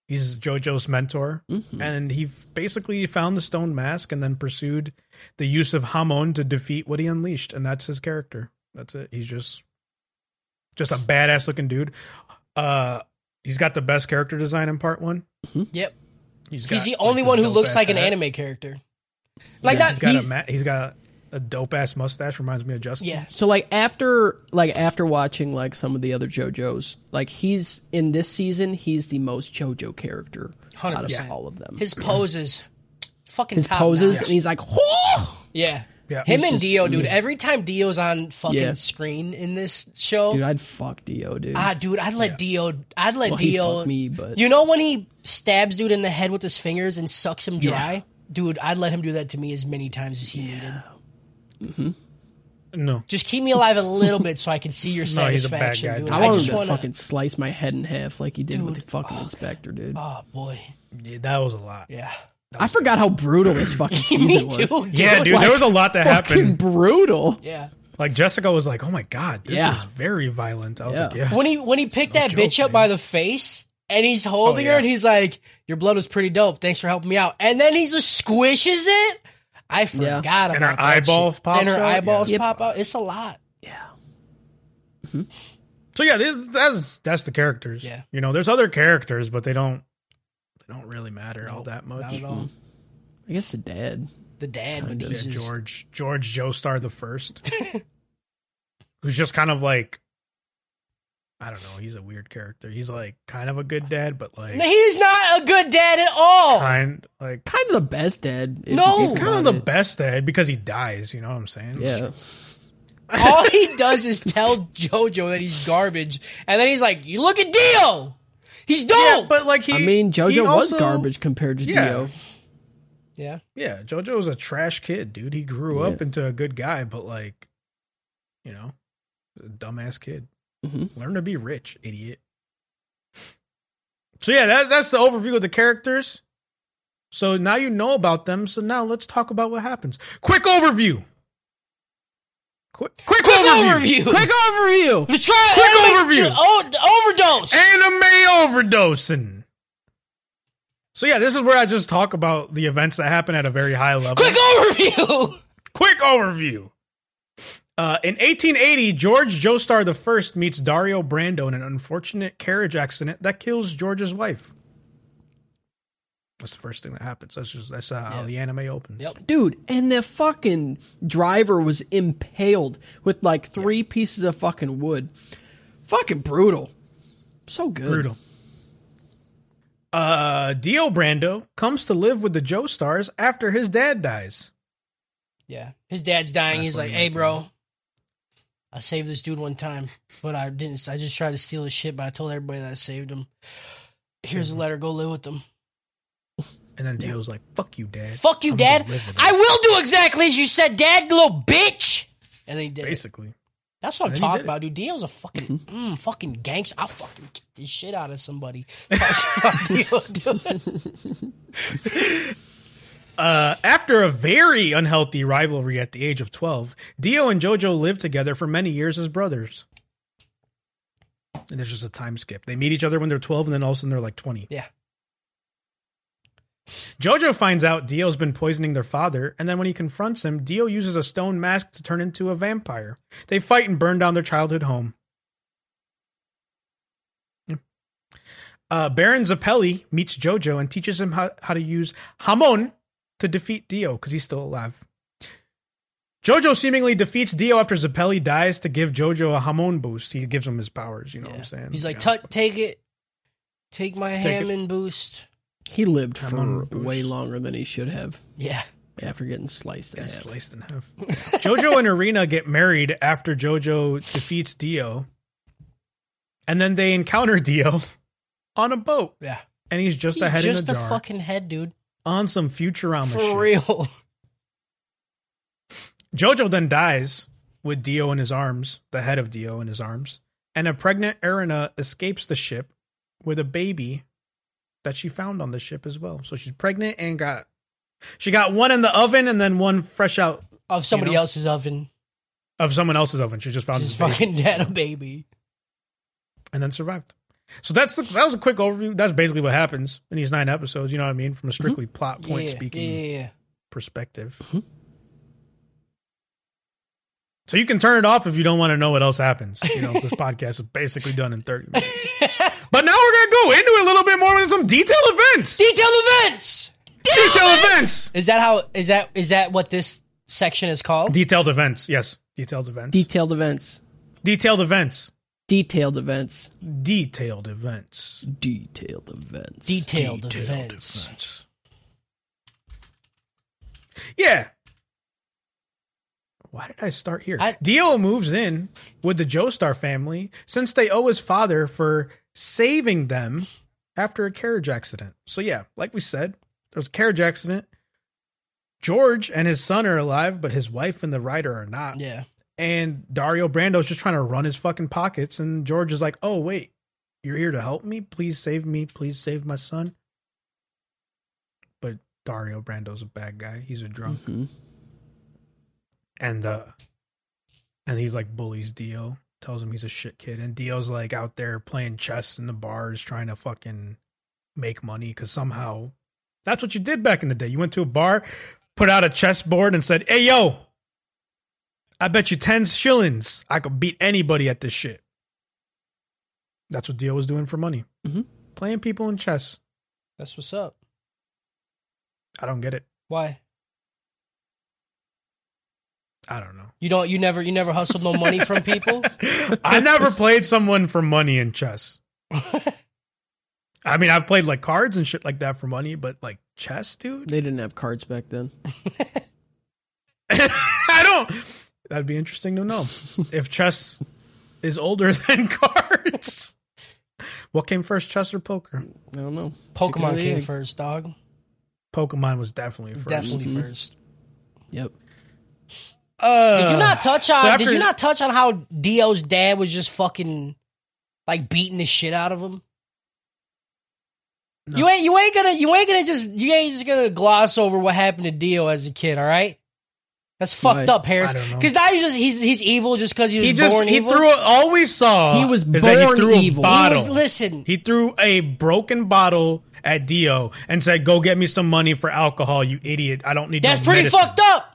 He's JoJo's mentor, Mm-hmm. and he f- basically found the stone mask and then pursued the use of Hamon to defeat what he unleashed, and that's his character. That's it. He's just just a badass looking dude. Uh, he's got the best character design in part one. yep. Mm-hmm. got, he's the like, only this one who looks dope-ass like an hat. anime character. Like he's not. got he's- a ma- he's got a dope ass mustache. Reminds me of Justin. yeah, So like after like after watching like some of the other JoJo's, like he's in this season, he's the most JoJo character out 100%. of all of them. His, his poses, fucking top poses, notch. and he's like, Whoa! Yeah. Yeah. Him He's and Dio, dude. Every time Dio's on fucking Yeah. screen in this show, dude, I'd fuck Dio, dude. ah, dude, I'd let Dio, I'd let Well, he Dio. fucked me, but- You know when he stabs dude in the head with his fingers and sucks him dry, dude. I'd let him do that to me as many times as he needed. No. Just keep me alive a little bit so I can see your No, he's a bad satisfaction, guy, dude. dude. I I, want just him to want to. fucking slice my head in half like he did with the Dude, fucking inspector, dude. Oh boy, Yeah, that was a lot. yeah. I forgot how brutal this fucking me season too. was. Dude. Yeah, dude, there was a lot that Fucking happened. brutal. Yeah. Like Jessica was like, "Oh my god, this Yeah. is very violent." I was Yeah. like, "Yeah, When he when he picked that joke, bitch up man. by the face. And he's holding Oh, yeah. her, and he's like, "Your blood was pretty dope. Thanks for helping me out." And then he just squishes it. I Yeah. forgot about her that eyeball shit. pops And her out? eyeballs Yeah. pop out. It's a lot. Yeah. So yeah, this, that's that's the characters. Yeah. you know, there's other characters, but they don't they don't really matter all that Not much. at all. I guess the dad. The dad, but Yeah, he's just George George Joestar the first, who's just kind of like, I don't know, he's a weird character. He's like kind of a good dad, but like he's not a good dad at all. kind like Kind of the best dad. if you No! think He's he's kind of the about best dad because he dies. You know what I'm saying? it. Yeah. all he does is tell JoJo that he's garbage, and then he's like, "You look at Dio. He's dope." Yeah, but like he, I mean, he JoJo also- was garbage compared to Yeah. Dio. yeah. Yeah, JoJo was a trash kid, dude. He grew up into a good guy, but like, you know, a dumbass kid. Mhm. Learn to be rich, idiot. So yeah, that, that's the overview of the characters. So now you know about them. So now let's talk about what happens. Quick overview. Quick, quick, overview. Overview. Quick overview. The trial. Quick anime- overview. Oh, the overdose. Anime overdosing. So yeah, this is where I just talk about the events that happen at a very high level. Quick overview. Quick overview. Uh, in 1880, George Joestar I meets Dario Brando in an unfortunate carriage accident that kills George's wife. That's the first thing that happens. That's just that's uh, how the anime opens. Yep. Dude, and the fucking driver was impaled with like three pieces of fucking wood. Fucking brutal. So good. Brutal. Uh, Dio Brando comes to live with the Joestars after his dad dies. Yeah. His dad's dying. That's He's what like, he "Hey, went bro, I saved this dude one time, but I didn't. I just tried to steal his shit, but I told everybody that I saved him. Here's a letter. Go live with them. And then Dio's like, "Fuck you, dad." Fuck you, I'm gonna Dad. live with him." I will do exactly as you said, Dad, you little bitch." And then he did. It. basically. That's what I'm then he did talking it. Mm-hmm. about, dude. Dio's a fucking mm, fucking gangster. I'll fucking kick the shit out of somebody. Uh, after a very unhealthy rivalry at the age of 12, Dio and JoJo lived together for many years as brothers. And there's just a time skip. They meet each other when they're 12, and then all of a sudden they're like 20. yeah. JoJo finds out Dio's been poisoning their father, and then when he confronts him, Dio uses a stone mask to turn into a vampire. They fight and burn down their childhood home. Yeah. Uh, Baron Zappelli meets JoJo and teaches him how, how to use Hamon to defeat Dio because he's still alive. JoJo seemingly defeats Dio after Zappelli dies to give JoJo a Hamon boost. He gives him his powers, you know what I'm saying? He's like, Yeah. "Tut- take it, take my Hammond boost. He lived I'm for on boost. way longer than he should have Yeah. after getting sliced in Yeah, half. sliced in half. Jojo and Arena get married after Jojo defeats Dio. And then they encounter Dio on a boat. Yeah. And he's just He's a head just in a a jar fucking head, dude. on some Futurama For shit. real. Jojo then dies with Dio in his arms, the head of Dio in his arms. And a pregnant Arena escapes the ship with a baby that she found on the ship as well. So she's pregnant and got she got one in the oven and then one fresh out Of somebody You know? else's oven. of someone else's oven. She just found Just this baby. fucking had a baby. and then survived. So that's the, that was a quick overview. That's basically what happens in these nine episodes. You know what I mean? From a strictly plot point Mm-hmm. yeah, speaking Yeah. Mm-hmm. yeah. perspective. So you can turn it off if you don't want to know what else happens. You know, this podcast is basically done in thirty minutes. But now we're gonna go into it a little bit more with some detailed events. Detailed events. Detailed events. Is that how? Is that is that what this section is called? Detailed events. Yes, detailed events. Detailed events. detailed events. Detailed events. Detailed events. Detailed events. Detailed, events. events. Yeah. Why did I start here? I- Dio moves in with the Joestar family since they owe his father for saving them after a carriage accident. So yeah, like we said, there was a carriage accident. George and his son are alive, but his wife and the rider are not. Yeah. And Dario Brando's just trying to run his fucking pockets. And George is like, oh, wait, you're here to help me? Please save me. Please save my son. But Dario Brando's a bad guy. He's a drunk. Mhm. And, uh, and he's like bullies Dio, tells him he's a shit kid. And Dio's like out there playing chess in the bars, trying to fucking make money because somehow that's what you did back in the day. You went to a bar, put out a chessboard, and said, hey, yo, I bet you 10 shillings I could beat anybody at this shit. That's what Dio was doing for money. Mhm. Playing people in chess. That's what's up. I don't get it. Why? I don't know. You don't. You never. You never hustled no money from people. I never played someone for money in chess. I mean, I've played like cards and shit like that for money, but like chess, dude? They didn't have cards back then. I don't. That'd be interesting to know if chess is older than cards. What came first, chess or poker? I don't know. Chicken or Pokemon the came egg. first, dog. Pokemon was definitely first. Mm-hmm. Definitely first. Yep. Uh, Did you not touch on? so after- did you not touch on how Dio's dad was just fucking like beating the shit out of him? You ain't you ain't gonna you ain't gonna just you ain't just gonna gloss over what happened to Dio as a kid, all right? That's fucked Right. up, Harris. I don't know. Because now you just he's he's evil just because he was He just born he evil. threw. All we saw He was is that he born threw evil. a He He bottle. was, listen, He threw a broken bottle at Dio and said, "Go get me some money for alcohol, you idiot! I don't need." that's no pretty medicine." fucked up.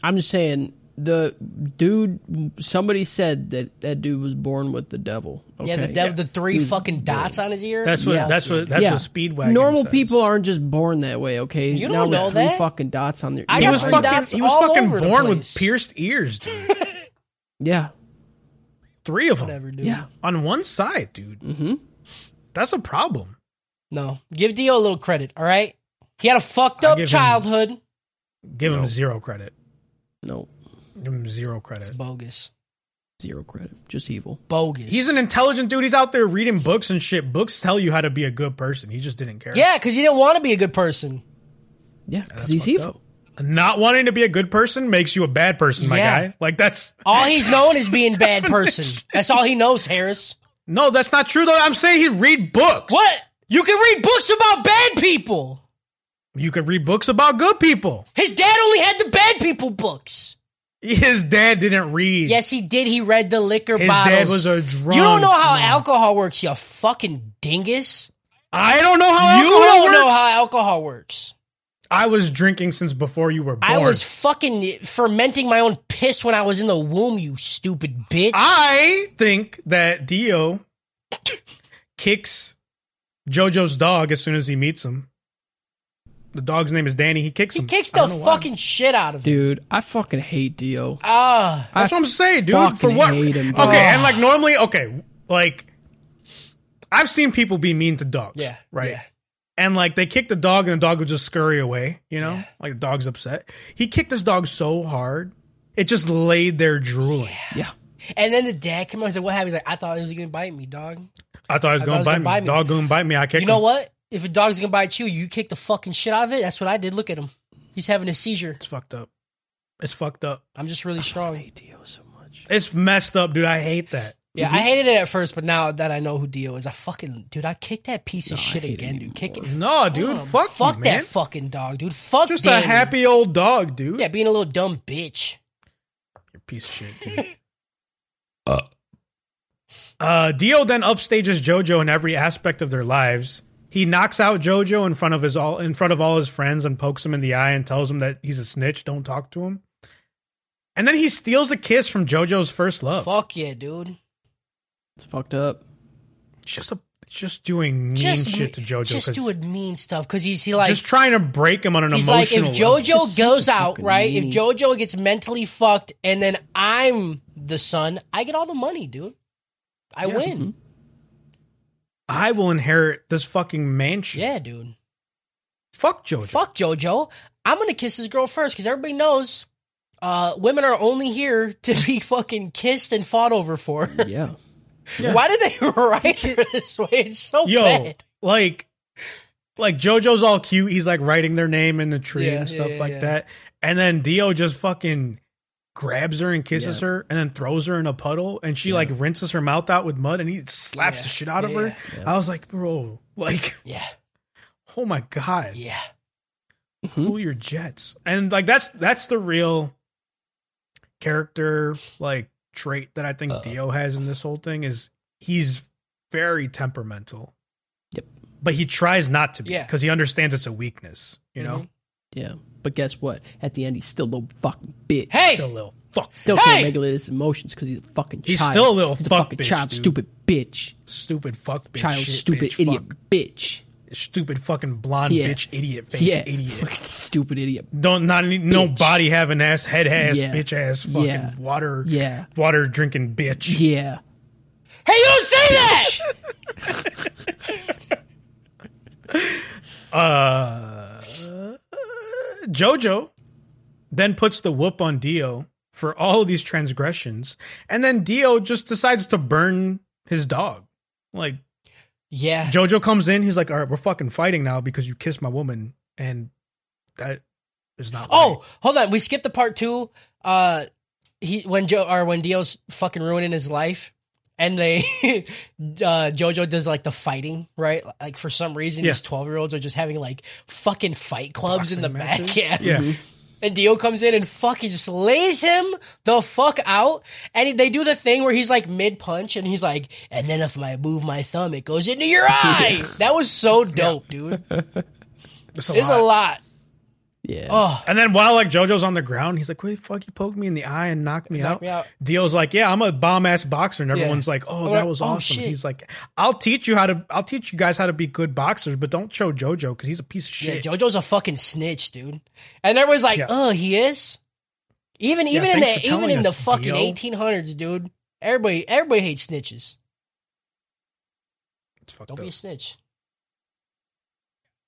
I'm just saying the dude. Somebody said that that dude was born with the devil. Okay? Yeah, the devil, the three fucking dots on his ear. That's what. Yeah. That's what. That's Yeah. what Speedwagon. Normal says. people aren't just born that way. Okay, You don't Now with know three that. fucking dots on their. I He yeah, got was three right. dots fucking. He was all fucking over the born with place. pierced ears, dude. Yeah, Three of them Whatever, dude. yeah. on one side, dude. Mm-hmm. That's a problem. No, give Dio a little credit. All right, he had a fucked I'll up give him- childhood. Give him zero credit. No, Give him zero credit. Bogus, zero credit. Just evil. bogus. He's an intelligent dude. He's out there reading books and shit. Books tell you how to be a good person. He just didn't care. yeah, because he didn't want to be a good person. Yeah, because That's he's fucked evil. up. Not wanting to be a good person makes you a bad person, my Yeah. guy. Like that's All he's known is being bad person. That's all he knows, Harris. no, that's not true though. I'm saying he read books. What? You can read books about bad people. You could read books about good people. His dad only had the bad people books. His dad didn't read. Yes, he did. He read the liquor His bottles. dad was a drunk. You don't know how man. alcohol works, you fucking dingus. I don't know how you alcohol don't works. know how alcohol works. I was drinking since before you were born. I was fucking fermenting my own piss when I was in the womb, you stupid bitch. Ah! I think that Dio kicks Jojo's dog as soon as he meets him. The dog's name is Danny. He kicks he him. kicks I the don't know why. fucking shit out of him. Dude, I fucking hate Dio. Ah, That's what I'm saying, dude. fucking For what? hate him, bro. okay, and like normally, okay, like I've seen people be mean to dogs. yeah, Right. yeah. And like they kick the dog and the dog would just scurry away, you know? Like the dog's upset. He kicked his dog so hard, it just laid there drooling. Yeah, And then the dad came out and said, "What happened?" He's like, "I thought it was gonna bite me, dog." I thought he was thought gonna, it was bite, me. Dog gonna bite me. I kicked You know him. what? If a dog's gonna bite you, you kick the fucking shit out of it. That's what I did. Look at him. He's having a seizure. It's fucked up. It's fucked up. I'm just really I strong. hate Dio so much. It's messed up, dude. I hate that. Yeah, I hated it at first, but now that I know who Dio is, I fucking dude, I kicked that piece of shit hate it again, dude. Kick it. No, dude. Um, fuck, fuck you, that man. fucking dog, dude. Fuck Just Danny. a happy old dog, dude. Yeah, being a little dumb bitch. You're a piece of shit. Dude. uh, Dio then upstages JoJo in every aspect of their lives. He knocks out JoJo in front of his all in front of all his friends and pokes him in the eye and tells him that he's a snitch. Don't talk to him. And then he steals a kiss from JoJo's first love. Fuck yeah, dude. It's fucked up. Just a just doing mean Just shit to JoJo. Just 'cause- doing mean stuff because he's he like just trying to break him on an he's emotional like if level. JoJo Just goes super out fucking right, if mean. JoJo gets mentally fucked, and then I'm the son, I get all the money, dude. I win. Mm-hmm. I will inherit this fucking mansion. Yeah, dude. Fuck JoJo. Fuck JoJo. I'm gonna kiss his girl first because everybody knows uh, women are only here to be fucking kissed and fought over for. Yeah. Why did they write her this way? It's so Yo, bad. like, like JoJo's all cute. He's like writing their name in the tree Yeah, and stuff yeah, like yeah. that. And then Dio just fucking grabs her and kisses her, and then throws her in a puddle. And she like rinses her mouth out with mud, and he slaps Yeah, the shit out of yeah, her. I was like, bro, like, Yeah, oh my god, yeah. Hmm? cool your jets. And like that's that's the real character like trait that I think Uh. Dio has in this whole thing is he's very temperamental. Yep. But he tries not to be Yeah. because he understands it's a weakness, you know? Mm-hmm. Yeah. But guess what? At the end, he's still a little fucking bitch. Hey, Still a little fuck. Still Hey! can't regulate his emotions because he's a fucking He's child. still a little he's fuck fucking bitch, child, dude. stupid bitch, Stupid fuck bitch. child, shit, stupid bitch, idiot, fuck. bitch. Stupid fucking blonde Yeah. bitch idiot face Yeah, idiot. fucking stupid idiot. Don't not any, no body having ass, head ass, Yeah. bitch ass, fucking Yeah. water Yeah. water drinking bitch. Yeah, hey, you don't say that. Jojo then puts the whoop on Dio for all these transgressions, and then Dio just decides to burn his dog. Like yeah, Jojo comes in, he's like, "All right, we're fucking fighting now because you kissed my woman," and that is not. Oh, hold on. We skipped the part two. Uh, he when Joe or when Dio's fucking ruining his life, and they uh, Jojo does like the fighting, right? Like for some reason, Yeah. these twelve year olds are just having like fucking fight clubs in the Boxing matches? back. Yeah, right. yeah, And Dio comes in and fucking just lays him the fuck out. And they do the thing where he's like mid punch and he's like, and then if I move my thumb, it goes into your eye. That was so dope, dude. It's a It's lot. a lot. Yeah. Oh, And then while like JoJo's on the ground, he's like, "Wait, fuck! You poked me in the eye and knocked me, out. me out. Dio's like, "Yeah, I'm a bomb ass boxer," and everyone's like, "Oh, that like, was "Oh, awesome." shit. He's like, "I'll teach you how to. I'll teach you guys how to be good boxers, but don't show JoJo because he's a piece of yeah, shit." JoJo's a fucking snitch, dude. And everyone's like, Yeah. oh, he is. Even even in thanks for the even telling in the us, fucking Dio. 1800s, dude. Everybody everybody hates snitches. It's fucked Don't up. be a snitch.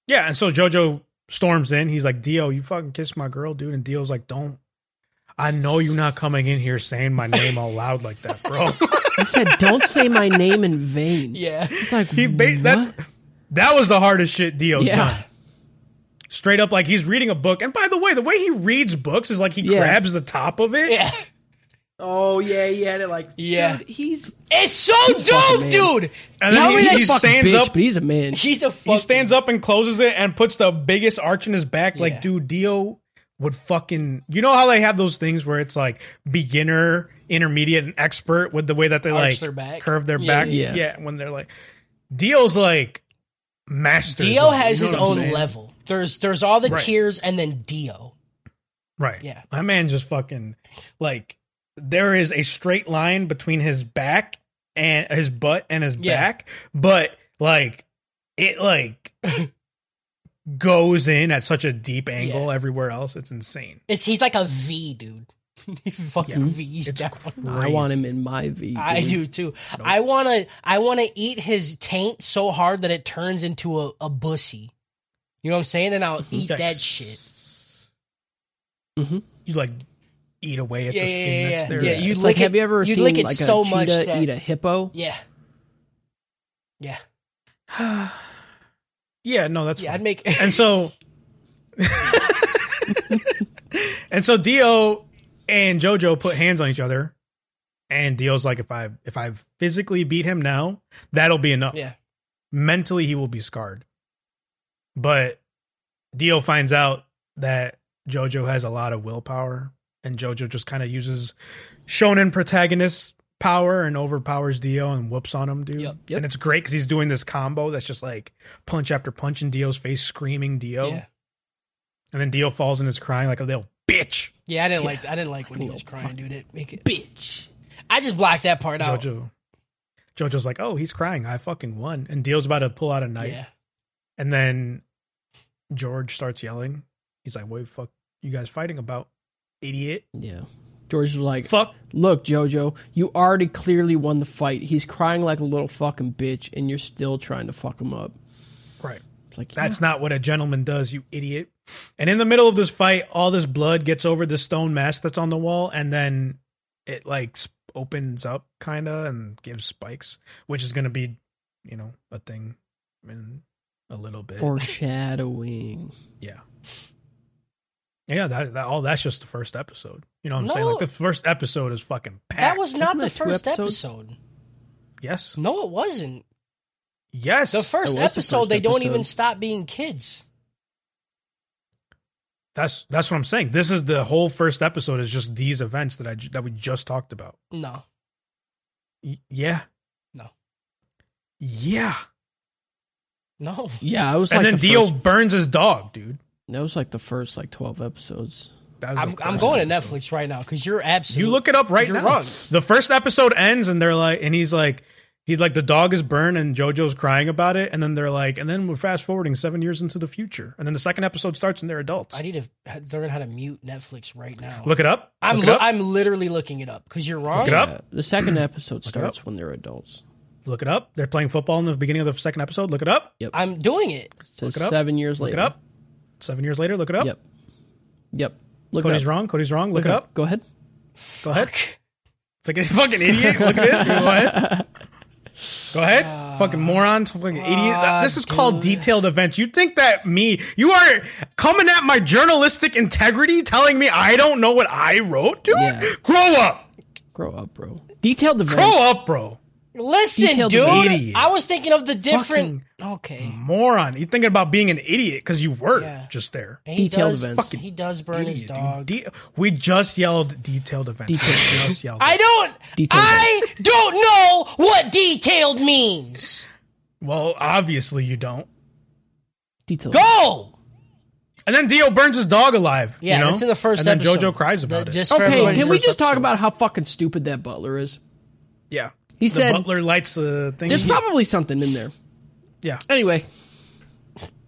Yeah, and so JoJo storms in. He's like, "Dio, you fucking kissed my girl, dude." And Dio's like, "Don't." I know you're not coming in here saying my name out loud like that, bro. I said, don't say my name in vain. Yeah. It's like, he ba- that's what? that was the hardest shit Dio's Yeah. done. Straight up, like he's reading a book. And by the way, the way he reads books is like he Yeah. grabs the top of it. Yeah. Oh, yeah, yeah. They're like, Yeah. dude, he's, It's so fucking dope, man. dude. And then Tell me he- that he's he's, fucking- stands stands bitch, up- but he's a man. he's a He fucking stands up and closes it and puts the biggest arch in his back. Yeah. Like, dude, Dio would fucking. You know how they have those things where it's like beginner, intermediate, and expert with the way that they Arch like their back. curve their Yeah, back. yeah, Yeah. when they're like, Dio's like master. Dio has his own level. level. There's there's all the Right. tiers and then Dio. Right. Yeah. My man just fucking like there is a straight line between his back and his butt and his Yeah. back, but like it like goes in at such a deep angle everywhere else. It's insane. It's he's like a V, dude. he fucking Yeah. V's It's down. I want him in my V. I dude. do too. I wanna I wanna eat his taint so hard that it turns into a, a bussy. You know what I'm saying? Then I'll eat that shit. Mhm. You like eat away at Yeah, the yeah, skin yeah, that's yeah. there. Yeah, you- It's lick like, it- have you ever you'd seen lick it like, so a much cheetah that- eat a hippo? Yeah. Yeah. yeah, no, that's Yeah, fine. I'd make and so and so dio and jojo put hands on each other and dio's like if i if i physically beat him now that'll be enough Yeah. mentally he will be scarred but dio finds out that jojo has a lot of willpower and jojo just kind of uses shonen protagonist power and overpowers dio and whoops on him dude Yep, yep. and it's great because he's doing this combo that's just like punch after punch in dio's face screaming dio Yeah. and then Dio falls and is crying like a little bitch. Yeah, I didn't like I didn't like when he was crying, dude. It, make it, Bitch. I just blocked that part out. Jojo. Jojo's like, oh, he's crying. I fucking won. And Dio's about to pull out a knife. Yeah. And then George starts yelling. He's like, what the fuck you guys fighting about? Idiot. Yeah. George was like, Fuck. Look, Jojo, you already clearly won the fight. He's crying like a little fucking bitch, and you're still trying to fuck him up. Right. It's like That's not what a gentleman does, you idiot. And in the middle of this fight, all this blood gets over the stone mask that's on the wall, and then it like sp- opens up kind of and gives spikes, which is going to be, you know, a thing in a little bit. yeah, foreshadowing. Yeah. Yeah, that, that all that's just the first episode. You know what I'm No. saying? Like the first episode is fucking packed. That was Isn't not the that two first episodes? episode. yes, No, it wasn't. yes. The first was the episode, first they don't even episode. stop being kids. that's that's what I'm saying. This is the whole first episode is just these events that I ju- that we just talked about. No. Y- yeah. No. Yeah. No. Yeah, I was and like then the Dio first- burns his dog, dude. that was like the first like twelve episodes. That was I'm, the I'm first going to episode. Netflix right now because you're absolutely. You look it up right You're now. wrong. The first episode ends and they're like, and he's like, he's like, the dog is burned and JoJo's crying about it. And then they're like, and then we're fast forwarding seven years into the future. And then the second episode starts and they're adults. I need to h- learn how to mute Netflix right now. Look it up. I'm Look it lo- up. I'm literally looking it up because you're wrong. it up. Yeah, the second episode it up. starts when they're adults. Look it up. They're playing football in the beginning of the second episode. Look it up. I'm doing it. So it up. seven years Look later. it up. Seven years later. Look it up. Yep. Yep. Mm-hmm. Look Cody's it up. wrong. Cody's wrong. Look, it up. Go ahead. Go ahead. Fucking, fucking idiot. Look at it. Go ahead. Go ahead. Ah. fucking moron. Fucking idiot. This is called detailed events. You think that me, you are coming at my journalistic integrity telling me I don't know what I wrote, dude? Yeah. Grow up. Grow up, bro. Detailed events. Grow up, bro. He Listen, killed dude. an idiot. I was thinking of the different. okay. Moron. You're thinking about being an idiot because you were Yeah. just there. He Detailed does, events. He does burn his Idiot, dude. dog. De- we just yelled detailed event. Detailed. We just yelled. I don't. Detailed I don't know what detailed means. well, obviously you don't. Detail. Go. And then Dio burns his dog alive. Yeah, you know? that's in the And first then episode. JoJo cries The- about it. just for Okay, everybody- can we First just talk episode. about how fucking stupid that butler is? Yeah. He the said- butler lights the thing. There's probably something in there. yeah. Anyway,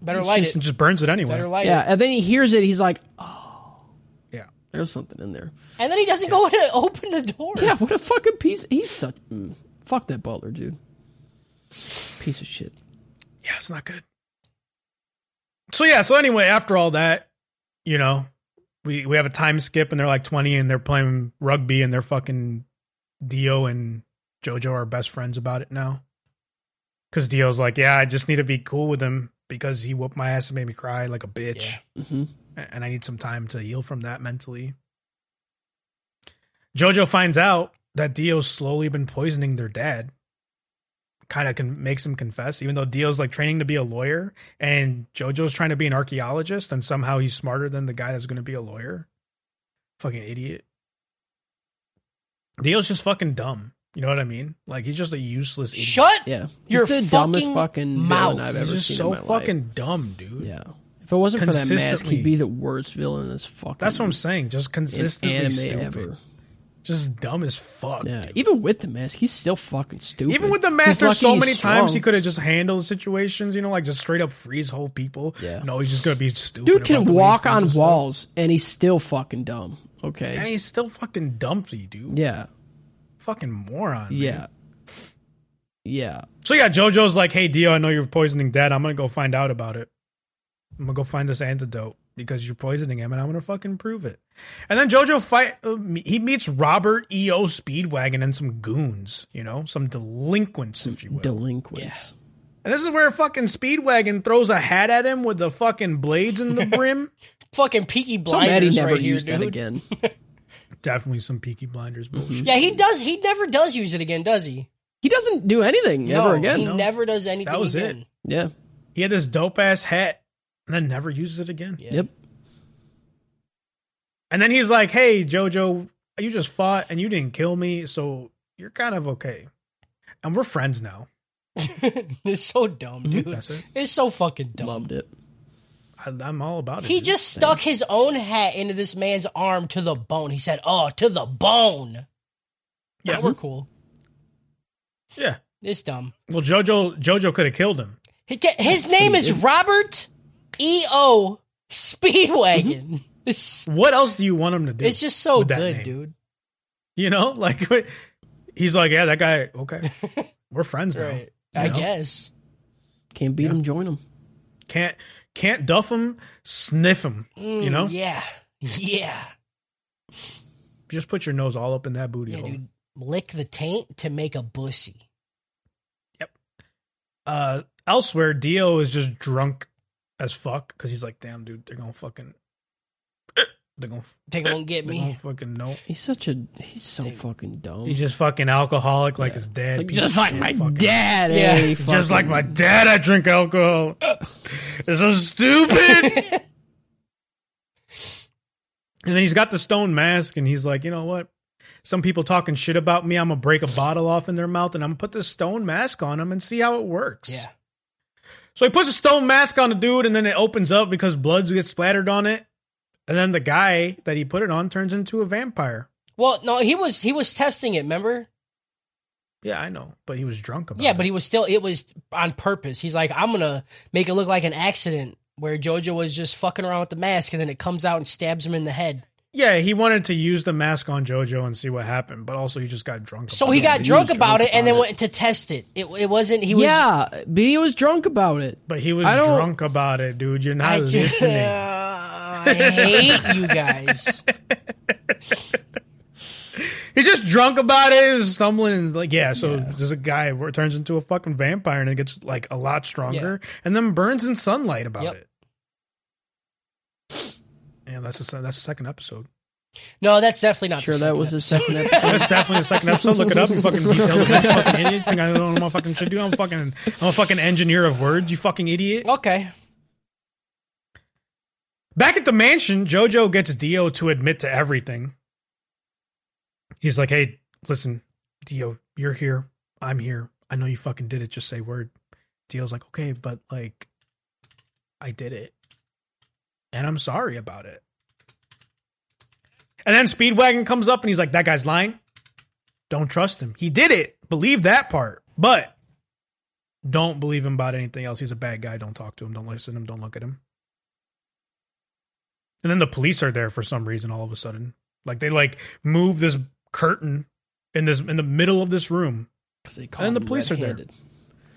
Better light Just, it. just burns it anyway. Better light yeah, it. and then he hears it. He's like, oh, yeah. "There's something in there." And then he doesn't go to open the door. Yeah, what a fucking piece. He's such. Mm, fuck that butler, dude. Piece of shit. Yeah, it's not good. So yeah, so anyway, after all that, you know, we we have a time skip and they're like 20 and they're playing rugby and they're fucking Dio and Jojo are best friends about it now. Cuz Dio's like, "Yeah, I just need to be cool with him because he whooped my ass and made me cry like a bitch." Mhm. A- And I need some time to heal from that mentally. Jojo finds out that Dio's slowly been poisoning their dad kind of con- makes him confess, even though Dio's like training to be a lawyer and JoJo's trying to be an archaeologist, and somehow he's smarter than the guy that's going to be a lawyer. Fucking idiot. Dio's just fucking dumb. You know what I mean? Like he's just a useless idiot. Shut Yeah, your He's the dumbest fucking, fucking mouth. villain I've he's ever just seen so in my life. fucking dumb, dude. Yeah. If it wasn't for that mask, Consistently. he'd be the worst villain as fucking. That's what I'm saying. Just in consistently anime stupid. ever. Just dumb as fuck. Yeah. dude. Even with the mask, he's still fucking stupid. Even with the He's master, lucky so he's many times strong. he could have just handled situations, you know, like just straight up freeze whole people. Yeah. No, he's just gonna be stupid. Dude about can the way he walk freezes on stuff. walls and he's still fucking dumb. Okay. And he's still fucking dumpy, dude. yeah. Fucking moron. man. Yeah. Yeah. So yeah, JoJo's like, hey Dio, I know you're poisoning Dad. I'm gonna go find out about it. I'm gonna go find this antidote because you're poisoning him, and I'm gonna fucking prove it. And then JoJo fight. Uh, me- he meets Robert E.O. Speedwagon and some goons. You know, some delinquents, if you will. Delinquents. and this is where fucking Speedwagon throws a hat at him with the fucking blades in the brim. fucking Peaky So mad he Blinders never right here, used dude. that again. Definitely some Peaky Blinders bullshit. Yeah, he does. He never does use it again, does he? He doesn't do anything ever No, again. He never does anything. That was again. it. Yeah. He had this dope ass hat, and then never uses it again. Yeah. Yep. And then he's like, "Hey, Jojo, you just fought and you didn't kill me, so you're kind of okay, and we're friends now." it's so dumb, dude. That's it. It's so fucking dumb. Loved it. I, I'm all about it. He dude. just stuck his own hat into this man's arm to the bone. He said, "Oh, to the bone." Yeah, yeah, Mm-hmm. we're cool. yeah. It's dumb. Well, Jojo, Jojo could have killed him. He ca- His name is Robert E. O. Speedwagon. It's, What else do you want him to do? it's just so Mm-hmm. with that good, name? dude. You know, like he's like, "Yeah, that guy. Okay, we're friends now. Right? You I know? guess. Can't beat him, join him. can't can't duff him, sniff him. you know, Mm, Yeah. Yeah. just put your nose all up in that booty Yeah, hole." dude. Lick the taint to make a bussy. uh elsewhere dio is just drunk as fuck because he's like damn dude they're gonna fucking they're gonna, They won't get they're gonna me. fucking know He's such a he's so fucking dumb. he's just fucking alcoholic like his dad Like, piece of just like shit, my fucking- dad. Yeah. eh, just like fucking- my dad i drink alcohol it's so stupid and then he's got the stone mask and he's like you know what some people talking shit about me i'm gonna break a bottle off in their mouth and i'm gonna put this stone mask on him and see how it works Yeah. So he puts a stone mask on the dude, and then it opens up because blood gets splattered on it. And then the guy that he put it on turns into a vampire. Well, no, he was he was testing it, remember? Yeah, I know, but he was drunk about Yeah, it. but he was still it was on purpose. He's like, I'm gonna make it look like an accident where Jojo was just fucking around with the mask and then it comes out and stabs him in the head. yeah, he wanted to use the mask on JoJo and see what happened, but also he just got drunk. So about he it. got was drunk drunk about it and then about went to test it. It it wasn't he was yeah, but he was drunk about it. but he was I don't- drunk about it, dude. You're not I just uh, listening. "Oh, I hate you guys. He's just drunk about it. He was stumbling and like, yeah. So there's a guy where it turns into a fucking vampire and it gets like a lot stronger, and then burns in sunlight about Yep. it. And that's the se- that's the second episode. No, that's definitely not. Sure, the that second was episode. the second episode. That's definitely the second episode. Look it up. You fucking details. You fucking idiot. Think I don't know what fucking shit, dude. I'm fucking. I'm a fucking engineer of words. You fucking idiot. okay. Back at the mansion, JoJo gets Dio to admit to everything. He's like, hey, listen, Dio, you're here. I'm here. I know you fucking did it. Just say word. Dio's like, okay, but like, I did it. And I'm sorry about it. And then Speedwagon comes up and he's like, that guy's lying. Don't trust him. He did it. Believe that part. But don't believe him about anything else. He's a bad guy. Don't talk to him. Don't listen to him. Don't look at him. And then the police are there for some reason all of a sudden. Like they like move this curtain in this in the middle of this room. 'Cause they call And the him police are there. red-handed.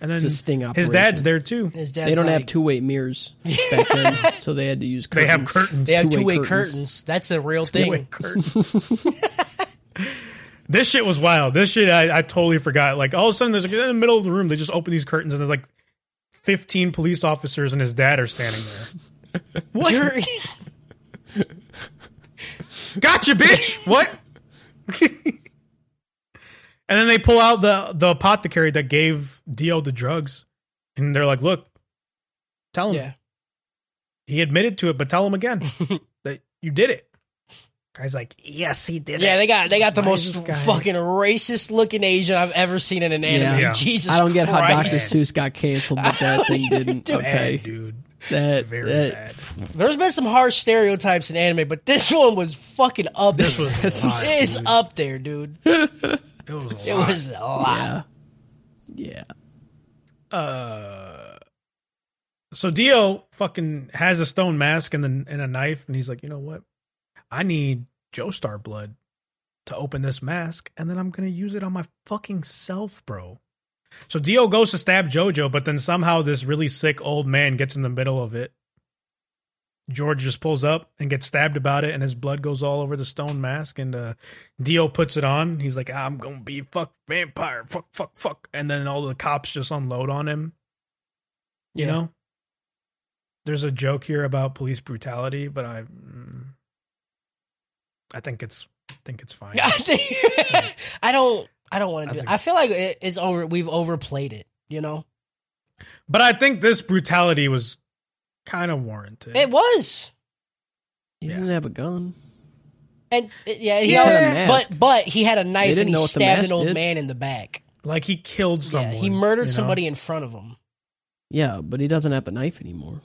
And then It's a sting his operation. dad's there too. His dad's They don't have like- two way mirrors back then, so they had to use. They Curtains. have curtains. They have two-way two way curtains. curtains. That's a real Two-way thing. curtains. this shit was wild. This shit I, I totally forgot. Like all of a sudden there's like in the middle of the room, they just open these curtains and there's like fifteen police officers and his dad are standing there. You're- what? gotcha, bitch. What? and then they pull out the the apothecary that gave Dio the drugs, and they're like, "Look, tell him yeah. he admitted to it, but tell him again that you did it." Guy's like, "Yes, he did Yeah, it." they got they got the Why is this most guy- fucking racist looking Asian I've ever seen in an anime. Yeah. Jesus, I don't get how Doctor Christ. Seuss got canceled, but that thing didn't. Okay, Bad, dude. that, Very that bad. There's been some harsh stereotypes in anime, but this one was fucking up. This there. was a lot. it's dude. up there, dude. It was a It lot. was a lot. yeah, yeah. uh so Dio fucking has a stone mask and then and a knife and he's like, you know what? I need Joestar blood to open this mask and then I'm gonna use it on my fucking self, bro. So Dio goes to stab Jojo, but then somehow this really sick old man gets in the middle of it. George just pulls up and gets stabbed about it, and his blood goes all over the stone mask. And uh, Dio puts it on. He's like, "I'm gonna be fuck vampire, fuck, fuck, fuck," and then all the cops just unload on him. You Yeah. know, there's a joke here about police brutality, but I, mm, I think it's, I think it's fine. I think I don't. I don't want I to do. It. think- I feel like it- it's over. We've overplayed it. You know, but I think this brutality was kind of warranted. it was. He Yeah. didn't have a gun. And yeah, he Yeah. also- Had a mask. but but he had a knife didn't and he know what the stabbed mask an old did. man in the back. like he killed someone. yeah, he murdered you know? somebody in front of him. Yeah, but he doesn't have the knife anymore.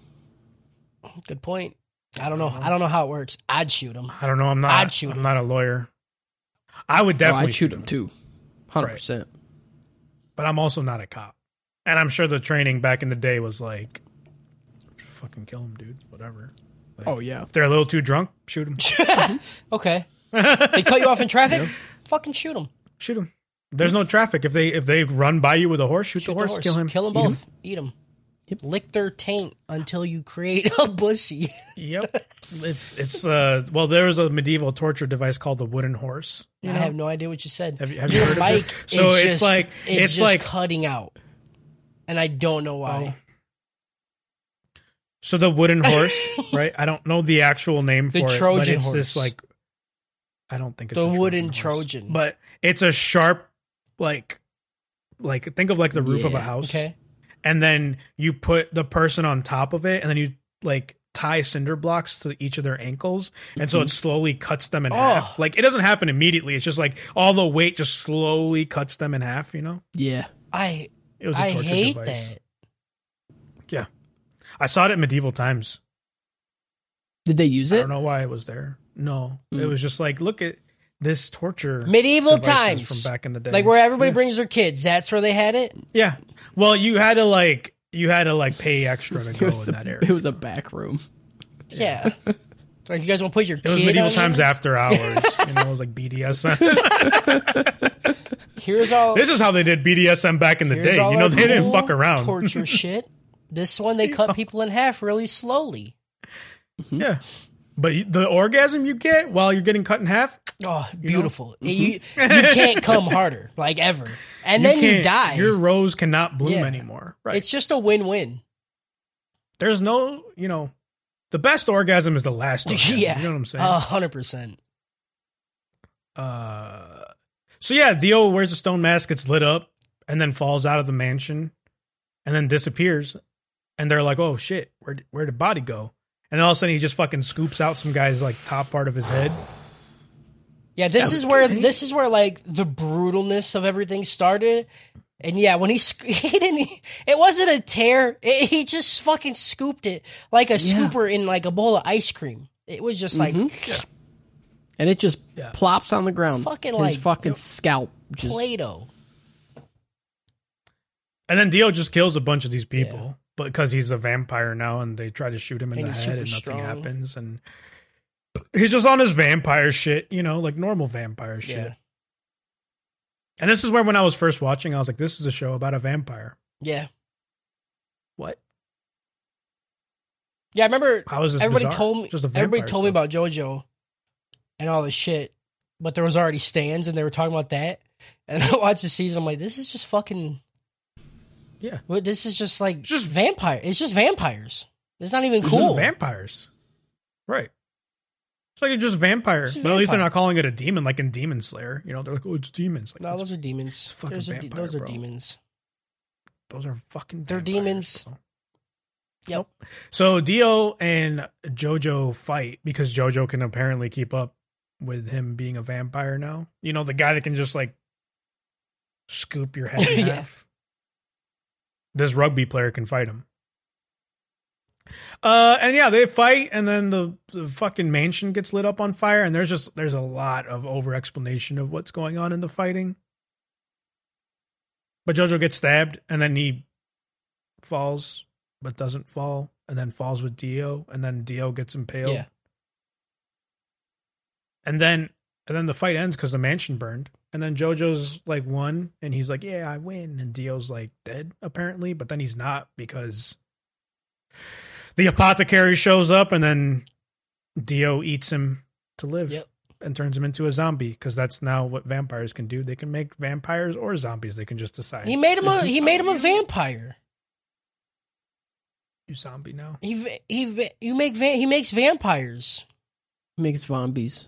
Oh, Good point. I don't know. Uh-huh. I don't know how it works. I'd shoot him. I don't know. I'm not. I'd shoot I'm him. not a lawyer. I would Oh, definitely I'd shoot him too, hundred percent. but I'm also not a cop. And I'm sure the training back in the day was like, just fucking kill him, dude. Whatever. Like, Oh, yeah, If they're a little too drunk, shoot him. Okay. they cut you off in traffic. Fucking shoot him. shoot him. There's no traffic. If they if they run by you with a horse, shoot, Shoot the, horse, Kill him. Kill them Eat 'em. both. Eat them. Yep. Lick their taint until you create a bushy. Yep. It's it's uh well there was a medieval torture device called the wooden horse. I have no idea what you said. Have you- have you Your heard of mic this? is So it's just, like- it's, it's just like- Oh, cutting out, and I don't know why. So the wooden horse, right? I don't know the actual name The for it, but Trojan it's this horse. like I don't think it's The a wooden horse. Trojan. but it's a sharp like like think of like the roof of a Yeah, house. okay. and then you put the person on top of it, and then you like tie cinder blocks to each of their ankles, and so it slowly cuts them in Mm-hmm. Oh. half. Like it doesn't happen immediately; it's just like all the weight just slowly cuts them in half. You know, yeah. I it was a I torture hate device. that. Yeah, I saw it at medieval times. Did they use I it? don't know why it was there. No, it was just like look at this torture Hmm. Medieval devices times. from back in the day, Like where everybody yeah. brings their kids. That's where they had it. Yeah, well, you had to like you had to like pay extra to It go was, in a, that area. it was a back room. Yeah. Like you guys want to put your It was kid medieval on times there? after hours. you know, it was like BDSM. Here's all. this is how they did BDSM back in the Here's day. all You know, our they didn't cool fuck around. Torture shit. This one they cut people in half really slowly. Yeah. Mhm. But you- the orgasm you get while you're getting cut in half, Oh, beautiful! Mm-hmm. You, you can't come harder, like ever, and then you can't- die. Your rose cannot bloom Yeah. anymore. Right. It's just a win-win. There's no, Oh, you know, the best orgasm is the last orgasm. yeah, Uh. You know what I'm saying? A hundred percent. Uh, so yeah, Dio wears a stone mask, gets lit up, and then falls out of the mansion, and then disappears. And they're like, "Oh shit, where where did body go?" And then all of a sudden, he just fucking scoops out some guy's like top part of his head. Yeah, this is where this is where like the brutalness of everything started. And yeah, when he sc- he didn't it wasn't a tear. It, he just fucking scooped it like a scooper in like a bowl of ice cream. It was just Mm-hmm. like and it just plops on the ground. Fucking, his like, fucking scalp. Just, Play-Doh. And then Dio just kills a bunch of these people but because he's a vampire now, and they try to shoot him in And the he's head, super and nothing strong. happens. And he's just on his vampire shit, you know, like normal vampire shit. Yeah. And this is where, when I was first watching, I was like, "This is a show about a vampire." Yeah. What? Yeah, I remember How is this? everybody bizarre? told me Just a everybody vampire told me stuff. about JoJo and all this shit, but there was already stands and they were talking about that. And I watched the season. I'm like, this is just fucking. Yeah. What, this is just like just- just vampire. It's just vampires. It's not even It's cool. just vampires, right? It's like it's just vampire, It's just but at least they're vampire. not calling it a demon like in Demon Slayer. You know, they're like, "Oh, it's demons." Like no, those, those are demons. fucking Those are, de- vampire, those are bro. demons. those are fucking. they're vampires, Oh. demons. bro. Yep. So Dio and Jojo fight because Jojo can apparently keep up with him being a vampire now. You know, the guy that can just like scoop your head in Yeah. half. This rugby player can fight him. Uh and yeah, they fight and then the, the fucking mansion gets lit up on fire and there's just there's a lot of over explanation of what's going on in the fighting. But Jojo gets stabbed and then he falls but doesn't fall and then falls with Dio and then Dio gets impaled. Yeah. And then and then the fight ends cuz the mansion burned. And then Jojo's like won and he's like, "Yeah, I win." And Dio's like dead apparently, but then he's not because the apothecary shows up and then Dio eats him to live Yep. and turns him into a zombie cuz that's now what vampires can do. They can make vampires or zombies. They can just decide. He made him a he made him a vampire. you zombie now. He va- he va- you make va- he makes vampires Makes zombies.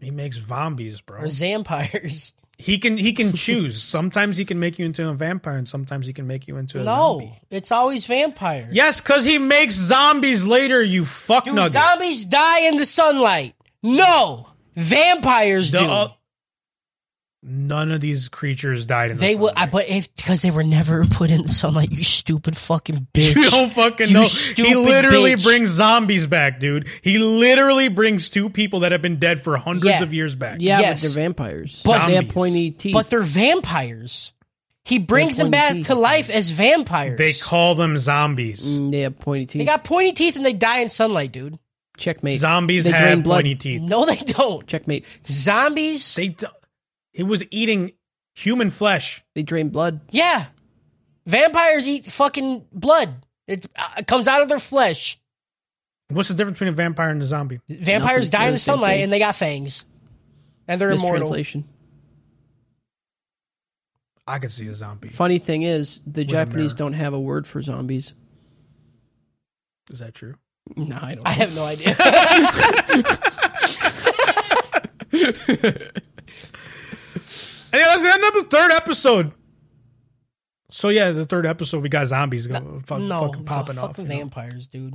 He makes zombies, bro. or vampires. He can he can choose. sometimes he can make you into a vampire, and sometimes he can make you into a No, zombie. it's always vampires. Yes, because he makes zombies later. You fuck Do nugget. zombies die in the sunlight? No, vampires The- do. uh, none of these creatures died in. they the will, I, sunlight. but if because they were never put in the sunlight, you stupid fucking bitch. You don't fucking You know. He stupid literally bitch. brings zombies back, dude. He literally brings two people that have been dead for hundreds Yeah. of years back. Yeah, Yes. but they're vampires. But- they have Zombies. pointy teeth. but they're vampires. He brings them pointy back teeth. to life as vampires. They call them zombies. Mm, they have pointy teeth. They got pointy teeth and they die in sunlight, dude. Checkmate. Zombies They drain have blood. pointy teeth. No, they don't. Checkmate. Zombies. They. do- He was eating human flesh. They drain blood. yeah, vampires eat fucking blood. It's, uh, it comes out of their flesh. What's the difference between a vampire and a zombie? Vampires Nothing. die They're in the the same sunlight thing. and they got fangs, and they're immortal. Mistranslation. I could see a zombie. Funny thing is, the a Japanese mirror. don't have a word for zombies. Is that true? No, I don't. I have no idea. And yeah, that's the end of the third episode. So yeah, the third episode we got zombies go, fuck- no, fucking popping off. fucking you know? vampires, dude.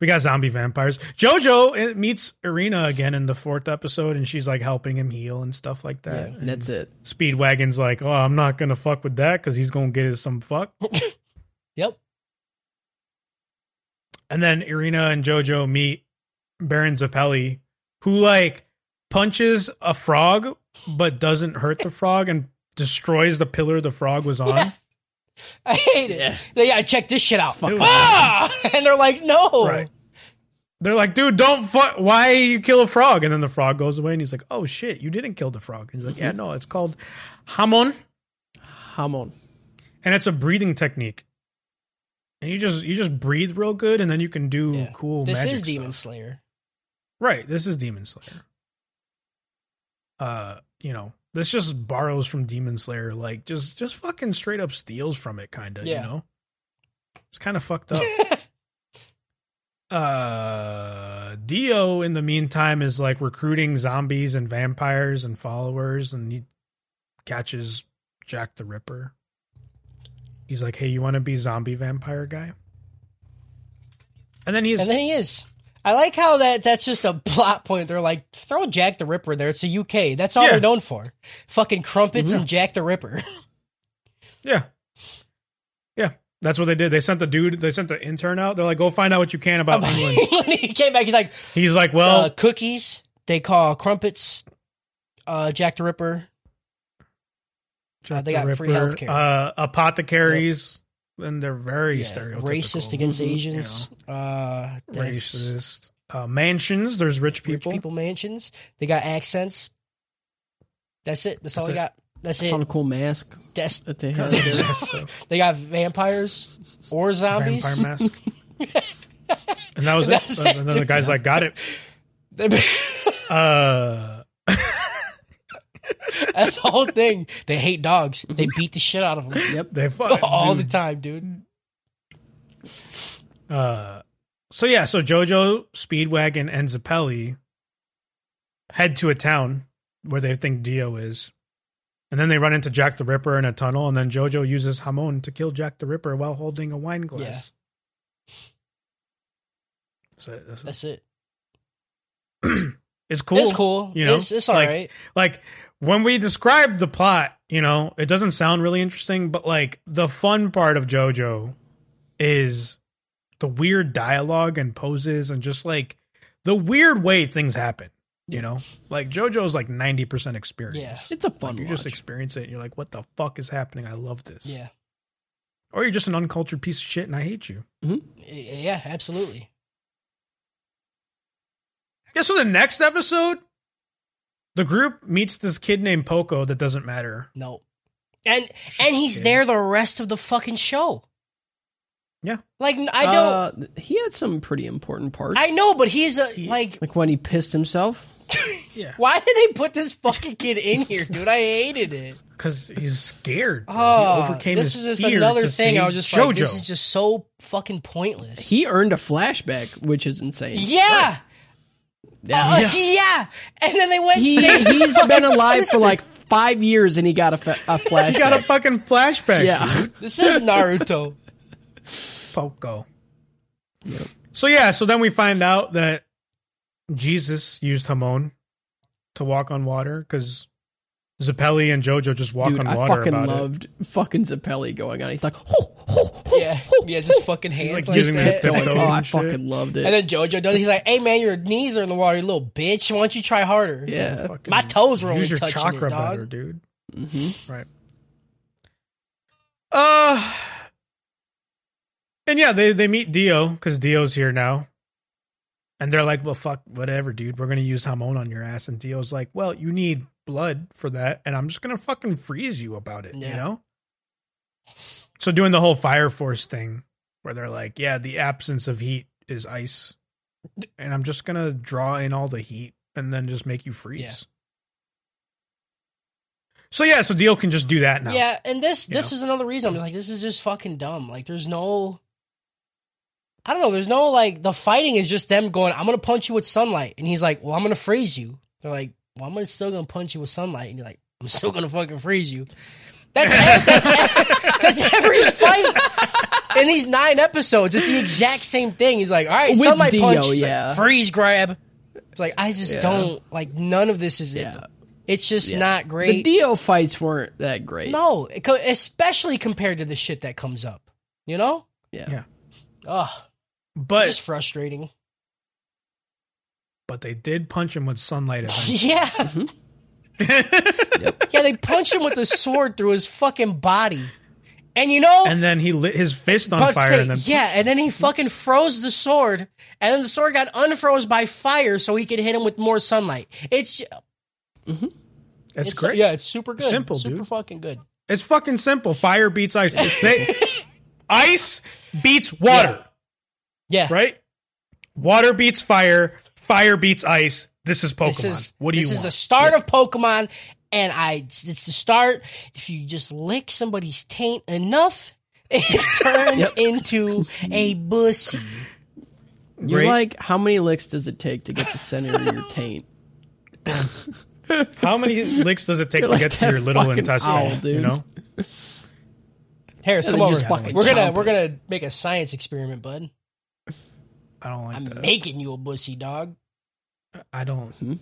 We got zombie vampires. Jojo uh, meets Irina again in the fourth episode, and she's like helping him heal and stuff like that. And that's it. Speedwagon's like, oh, I'm not gonna fuck with that because he's gonna get us some fuck. Yep. And then Irina and Jojo meet Baron Zappelli, who like punches a frog but doesn't hurt the frog and destroys the pillar the frog was on. I hate it. Yeah. They gotta check this shit out. Fuck Ah! And they're like, no. Right. They're like, dude, don't fuck. Why you kill a frog? And then the frog goes away, and he's like, oh shit, you didn't kill the frog. And he's like, yeah, Mm-hmm. no, it's called hamon, Hamon. and it's a breathing technique. And you just you just breathe real good, and then you can do Yeah. cool. This magic is Demon stuff. Slayer. right? This is Demon Slayer. Uh, you know, this just borrows from Demon Slayer, like just just fucking straight up steals from it, kind of. Yeah. You know, it's kind of fucked up. uh, uh, Dio, in the meantime, is like recruiting zombies and vampires and followers, and he catches Jack the Ripper. He's like, "Hey, you want to be zombie vampire guy?" And then he's And then he is. I like how that that's just a plot point. They're like, throw Jack the Ripper there. It's the UK. That's all Yeah. they're known for. Fucking crumpets and Jack the Ripper. yeah, yeah. That's what they did. They sent the dude. They sent the intern out. They're like, "Go find out what you can about England." he came back, he's like, He's like, Oh uh, "Well, cookies, they call crumpets, uh, Jack the Ripper. Jack they the got free Ripper, healthcare. Uh, apocaries, and they're very Yeah, stereotypical. racist against Mhm. Asians. Uh, Yeah. that's racist. Uh, mansions. There's rich rich people. people mansions. They got accents. That's it. That's, all That's they it. got. That's I found a it. cool mask That's, that they had. Vampire they got vampires or zombies. mask. And that was That's it. it. And then the guy's like, "Got it." Uh, That's the whole thing. They hate dogs. They beat the shit out of them Mm-hmm. yep. they fought all the time, dude. Uh, so yeah, so Jojo, Speedwagon, and Zappelli head to a town where they think Dio is, and then they run into Jack the Ripper in a tunnel, and then Jojo uses Hamon to kill Jack the Ripper while holding a wine glass. So that's- That's it. it's cool. It's cool. You know, it's, it's all like, right. Like when we describe the plot, you know, it doesn't sound really interesting, but like the fun part of JoJo is the weird dialogue and poses and just like the weird way things happen. You know, like JoJo's like ninety percent experience. It's a fun You watch. just experience it. And you're like, what the fuck is happening? I love this. Yeah. Or you're just an uncultured piece of shit, and I hate you. Yeah, absolutely. Yeah, so the next episode, the group meets this kid named Poco that doesn't matter. No. And Just and he's kidding. there the rest of the fucking show. Yeah. Like I don't Uh, he had some pretty important parts. I know, but he's a He- like like when he pissed himself. Yeah. why did they put this fucking kid in here, dude? I hated it. Because he's scared. Oh, he overcame this his is just fear another to thing. save I was just JoJo. like, this is just so fucking pointless. He earned a flashback, which is insane. yeah, Yeah. Uh, yeah, And then they went. He, and saved his he's been fucking alive sister. for like five years and he got a, fa- a flashback. he got a fucking flashback. yeah. This is Naruto. Poco. So yeah, so then we find out that Jesus used Hamon to walk on water because Zappelli and JoJo just walk Dude, on I water fucking about it. loved fucking Zappelli going on. He's like, ho, ho, ho, yeah, ho, yeah, just fucking hands Like like, using his that. Going, tiptoes oh, I and shit. fucking loved it. And then JoJo does. it. He's like, "Hey man, your knees are in the water, you little bitch. Why don't you try harder?" yeah. Fucking My toes were only Use your touching chakra it, dog. better, Mm-hmm. dude. hmm Right. Uh and yeah, they they meet Dio because Dio's here now. And they're like, Well fuck, whatever, dude. We're gonna use Hamon on your ass. And Dio's like, Well, you need blood for that, and I'm just gonna fucking freeze you about it, you Yeah. know? So doing the whole fire force thing where they're like, Yeah, the absence of heat is ice. And I'm just gonna draw in all the heat and then just make you freeze. So yeah, so Dio can just do that now. Yeah, and this You this know? was another reason I'm like, this is just fucking dumb. Like, there's no, I don't know. There's no like the fighting is just them going. I'm gonna punch you with sunlight, and he's like, well, I'm gonna freeze you. They're like, well, I'm gonna still gonna punch you with sunlight, and you're like, I'm still gonna fucking freeze you. That's ev- that's, ev- that's every fight in these nine episodes. It's the exact same thing. He's like, all right, With sunlight Dio, punch, He's like, yeah. freeze grab. It's like I just Yeah. don't like none of this is Yeah. it. It's just Yeah. not great. The Dio fights weren't that great. No, it co- especially compared to the shit that comes up. You know? Yeah. Yeah. Ugh, But just frustrating. but they did punch him with sunlight eventually. yeah. Yeah, they punch him with a sword through his fucking body. And you know, and then he lit his fist on about to fire say- and then yeah, and then he fucking froze the sword, and then the sword got unfroze by fire so he could hit him with more sunlight. It's, j- it's, it's great. yeah, it's super good. Simple, super dude. fucking good. It's fucking simple. Fire beats ice. They- ice beats water, Yeah. right? Water beats fire, fire beats ice. This is Pokemon. This is what do you this is want? the start of Pokemon, and I it's it's the start. If you just lick somebody's taint enough, it turns into a bussy. You're Right. like, how many licks does it take to get the center of your taint? How many licks does it take You're to like get to your that little fucking intestine? owl, dude. You know, Harris, Yeah, come they over. just fucking We're gonna chomp we're gonna make a science experiment, bud. I don't like I'm that. making you a bussy dog. I don't. Hmm?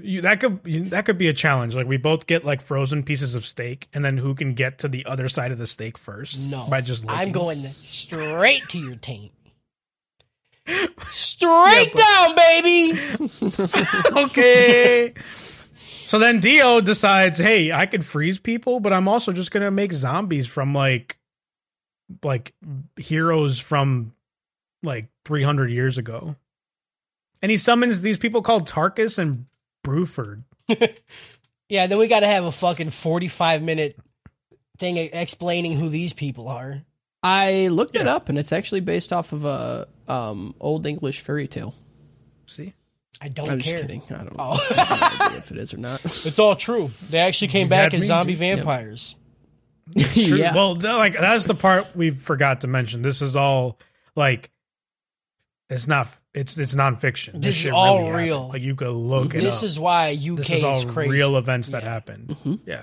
You, that could you, that could be a challenge. Like we both get like frozen pieces of steak, and then who can get to the other side of the steak first? No, by just licking. I'm going straight to your taint. Straight down, baby. okay. so then Dio decides, hey, I could freeze people, but I'm also just gonna make zombies from like, like heroes from like 300 years ago. And he summons these people called Tarkus and Bruford. Yeah, then we got to have a fucking 45 minute thing explaining who these people are. I looked it up, and it's actually based off of a um, old English fairy tale. See, I don't I'm care. just kidding. I don't know Oh. if it is or not. it's all true. They actually came back had as me, zombie dude. vampires. True. yeah. Well, th- like that's the part we forgot to mention. This is all like it's not it's it's nonfiction. This is shit all happened. real. Like you could look it This up. is why UK this is, is all crazy. real events that Yeah. Mm-hmm. happened. Yeah.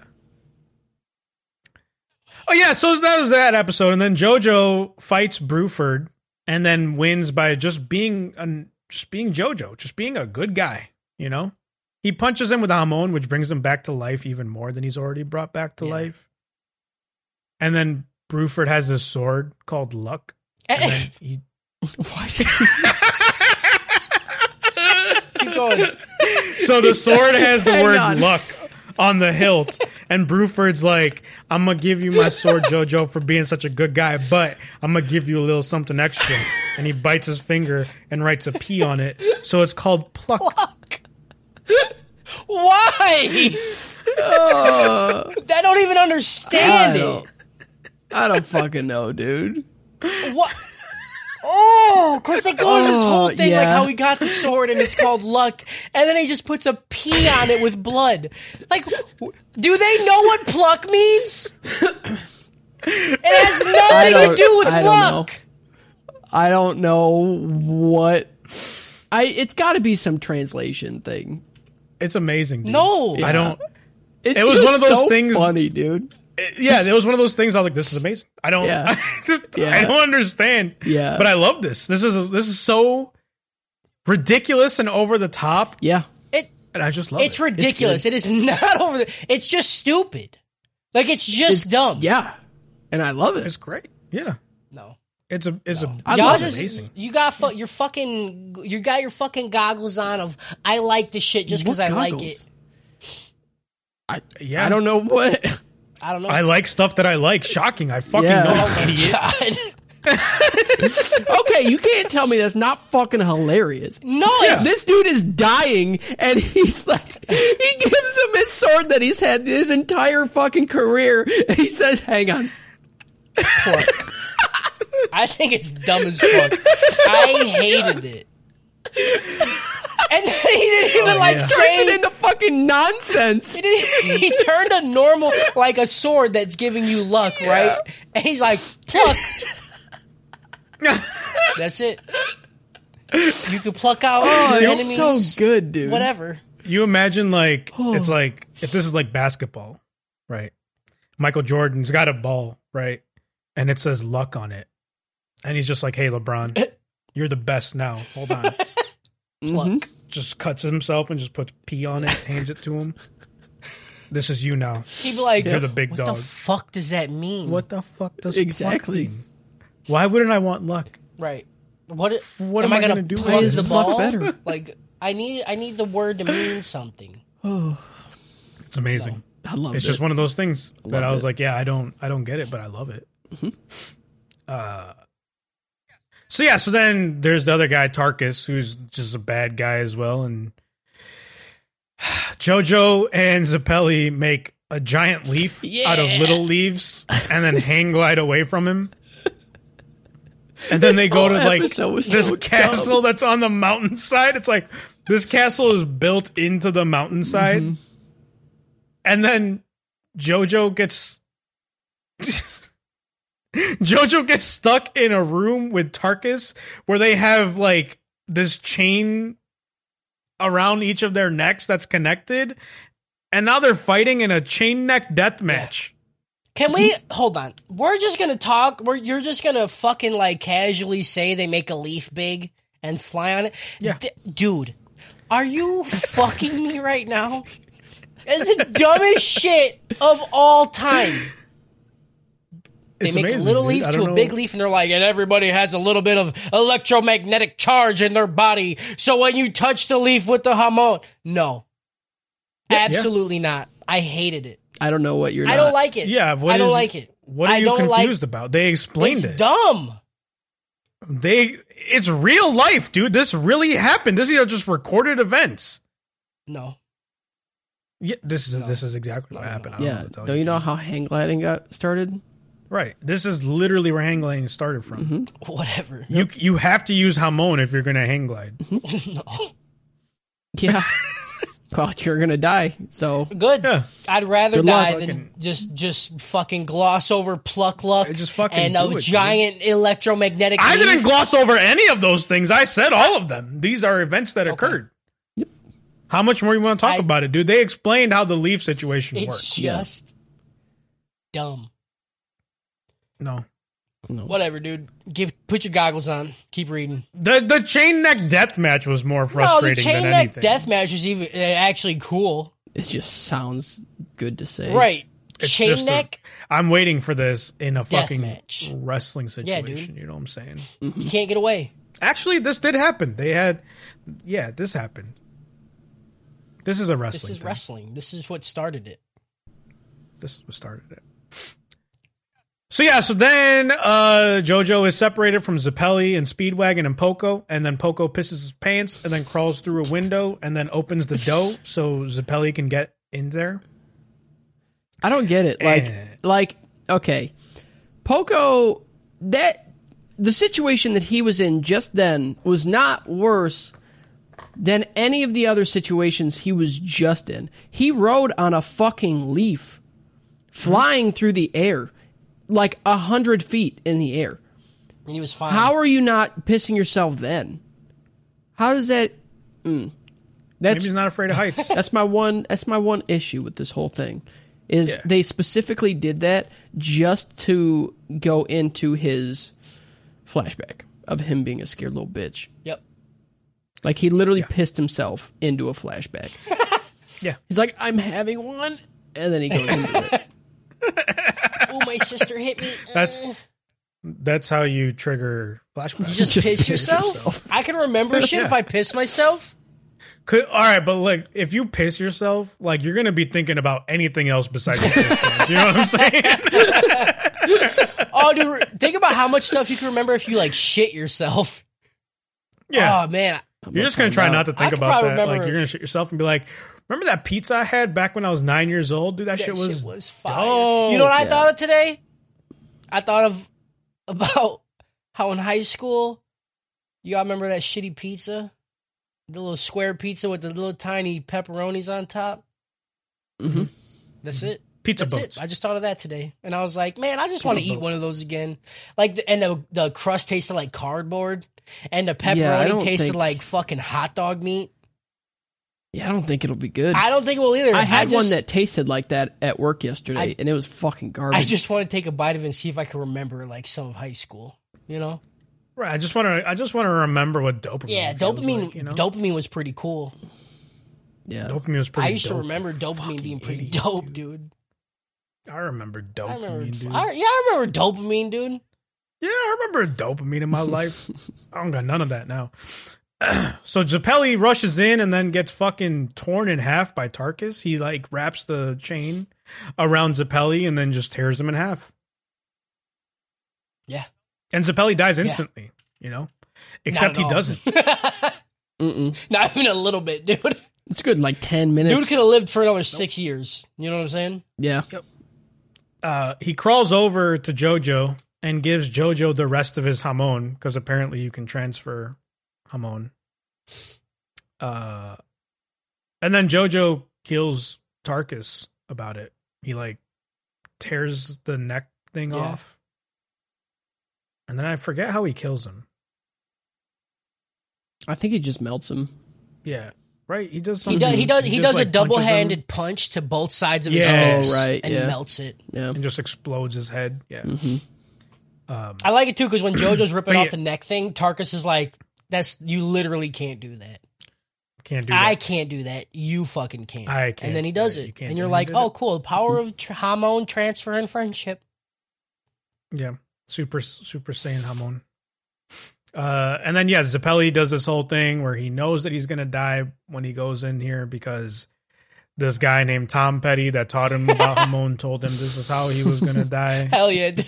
Oh yeah, so that was that episode, and then JoJo fights Bruford, and then wins by just being an just being JoJo, just being a good guy. You know, he punches him with Hamon, which brings him back to life even more than he's already brought back to Yeah. life. And then Bruford has this sword called Luck, and then he Keep going. So the sword has the Hang word on. luck on the hilt. And Bruford's like, I'm gonna give you my sword, Jojo, for being such a good guy, but I'm gonna give you a little something extra. And he bites his finger and writes a P on it. So it's called pluck. Why? I don't even Uh. I understand don't, I don't fucking know, dude. it. What? Oh, because they go into this whole Oh, thing like yeah. how he got the sword and it's called luck, and then he just puts a P on it with blood. Like, w- do they know what pluck means? It has nothing to don't- do with I don't know. luck. I don't know what. I it's got to be some translation thing. It's amazing. dude. No. I don't. It's It was just one of those so things- Funny, dude. it- yeah, it was one of those things. I was like, "This is amazing." I don't, Yeah. I Yeah. don't understand. Yeah. but I love this. This is this is so ridiculous and over the top, Yeah, It and I just love it's it. ridiculous. it is not over. The, it's just stupid. Like it's just dumb. yeah, and I love it. It's great. Yeah, No. it's a it's a I it's love Y'all it. just, amazing. you got fu- your fucking you got your fucking goggles on of I like this shit just because What I like goggles? it. I, Yeah. I don't know what. I don't know. I like stuff that I like. Shocking. I fucking Yeah. know. Oh my God. Okay, you can't tell me that's not fucking hilarious. No, it's This dude is dying, and he's like, he gives him his sword that he's had his entire fucking career. And he says, "Hang on, pork. I think it's dumb as fuck. I hated it. And then he didn't even like Oh, yeah. turns it say into fucking nonsense." he, didn't, he turned a normal like a sword that's giving you luck, right? And he's like, pluck. that's it. You can pluck out Oh, your it's enemies. so good, dude. Whatever. You imagine like it's like if this is like basketball, right? Michael Jordan's got a ball, right? And it says luck on it. And he's just like, "Hey LeBron, you're the best now. Hold on." Mm-hmm. Pluck. just cuts himself and just puts pee on it, hands it to him. This is you now. He'd be like, You're the big what dog." the fuck does that mean? What the fuck does Exactly. luck mean? Why wouldn't I want luck? Right. What? What am, I gonna, do Pluck with the this? ball? Luck better. Like, I need, I need the word to mean something. It's amazing. I love it. It's just one of those things that I Love was it. Mm-hmm. like, yeah, I don't, I don't get it, but I love it. Uh, so yeah, so then there's the other guy, Tarkus, who's just a bad guy as well, and JoJo and Zappelli make a giant leaf out of Yeah. little leaves and then hang glide away from him. And then they go whole to like episode was this so dumb. castle that's on the mountainside. It's like this castle is built into the mountainside. Mm-hmm. And then JoJo gets Jojo gets stuck in a room with Tarkus where they have like this chain around each of their necks that's connected, and now they're fighting in a chain neck death match. Can we hold on? We're just gonna talk. We're you're just gonna fucking like casually say they make a leaf big and fly on it. Yeah. D- dude, are you fucking me right now? It's the dumbest shit of all time. They It's make a amazing, little dude. leaf I to don't a know. big leaf, and they're like, and everybody has a little bit of electromagnetic charge in their body. So when you touch the leaf with the hamon, no, absolutely not. I hated it. I don't know what you're. I not- don't like it. Yeah, what I don't is- like it. What are I you don't like- confused about? They explained it's it. dumb. They it's real life, dude. This really happened. This is just recorded events. No, Yeah, this is this is exactly what happened. I don't know Yeah. what to tell Don't you know how hang gliding got started? Right. This is literally where hang gliding started from. Mm-hmm. whatever. You you have to use Hamon if you're going to hang glide. Mm-hmm. no, Yeah. well, you're gonna die. So good. Yeah. I'd rather Good luck. die than just just fucking gloss over pluck luck. Just fucking and do a it, giant electromagnetic. I leaf. didn't Mm-hmm. gloss over any of those things. I said all of them. These are events that occurred. How much more you want to talk I- about it, dude? They explained how the leaf situation works. It's Yeah. just dumb. No. Whatever, dude. Give put your goggles on. Keep reading. The the chain neck death match was more No, frustrating the chain than neck anything. death match is even uh, actually cool. it just sounds good to say. Right. It's chain just a- neck. I'm waiting for this in a fucking match. wrestling Yeah, dude. situation. you know what I'm saying? you can't get away. Actually, this did happen. They had, yeah, this happened. This is a wrestling. This is thing. wrestling. This is what started it. This is what started it. So yeah, so then uh Jojo is separated from Zappelli and Speedwagon and Poco, and then Poco pisses his pants and then crawls through a window and then opens the door so Zappelli can get in there. I don't get it. Like, Eh. like, okay, Poco. That the situation that he was in just then was not worse than any of the other situations he was just in. He rode on a fucking leaf, flying through the air, like a hundred feet in the air. And he was fine. How are you not pissing yourself then? How does that? Maybe Mm, that's he's not afraid of heights. that's my one that's my one issue with this whole thing is Yeah. they specifically did that just to go into his flashback of him being a scared little bitch Yep. like he literally pissed himself into a flashback Yeah. he's like i'm having one and then he goes into it Oh, my sister hit me. That's Uh. that's how you trigger flashbacks. just, Just piss, piss yourself? yourself. I can remember shit if I piss myself. Could, all right, but like if you piss yourself, like you're gonna be thinking about anything else besides your piss pants, you know what I'm saying? Oh, dude, think about how much stuff you can remember if you like shit yourself. Yeah, Oh man, you're just gonna try not to think could about that. probably remember- Like you're gonna shit yourself and be like, "Remember that pizza I had back when I was nine years old? Dude, that, that shit was." fire. dope. You know what I Yeah. thought of today? I thought of about how in high school, you all remember that shitty pizza, the little square pizza with the little tiny pepperonis on top. Mhm. That's Mm-hmm. it. Pizza That's boats. it. I just thought of that today, and I was like, man, I just want to eat one of those again. Like, the, and the the crust tasted like cardboard, and the pepperoni Yeah, I don't tasted think- like fucking hot dog meat. yeah i don't think it'll be good I i, don't think it will either. had one just- that tasted like that at work yesterday I- and it was fucking garbage I just want to take a bite of it and see if I can remember like some of high school. You know? Right. I just want to. I just want to remember what dopamine. Yeah, feels dopamine. like, you know? Dopamine was pretty cool. yeah dopamine was pretty. I used to dope. remember dopamine being pretty idiot, dope, dude. I remember dopamine. I remember. dude. I, yeah, I remember dopamine, dude. yeah, I remember dopamine in my life. I don't got none of that now. so Zappelli rushes in and then gets fucking torn in half by Tarkus. He like wraps the chain around Zappelli and then just tears him in half. Yeah. And Zappelli dies instantly. You know, except Not at he all. doesn't. Mm-mm. Not even a little bit, dude. it's good in like 10 minutes Dude could have lived for another six years. You know what I'm saying? yeah uh, he crawls over to Jojo and gives Jojo the rest of his hamon because apparently you can transfer hamon. Uh, and then Jojo kills Tarkus about it. He like tears the neck thing Yeah. off, And then I forget how he kills him. I think he just melts him. Yeah. Right? He does He something. does. He does. He just, does like, a punches him double-handed punch to both sides of his Yeah. face Oh, right, and yeah. melts it. Yeah. Mm-hmm. And just explodes his head. Yeah. Mm-hmm. Um, I like it too because when JoJo's ripping But off yeah. the neck thing, Tarkus is like, "That's you literally can't do that. Can't do that. I can't do that. You fucking can't." I can't And then he do does that. You it, can't and do you're that. like, He did "Oh, it." cool! Power of tr- hormone transfer and friendship." Yeah. Super Super Saiyan Hamon. Uh, and then yeah, Zappelli does this whole thing where he knows that he's gonna die when he goes in here because this guy named Tom Petty that taught him about Hamon told him this is how he was gonna die. Hell yeah, dude!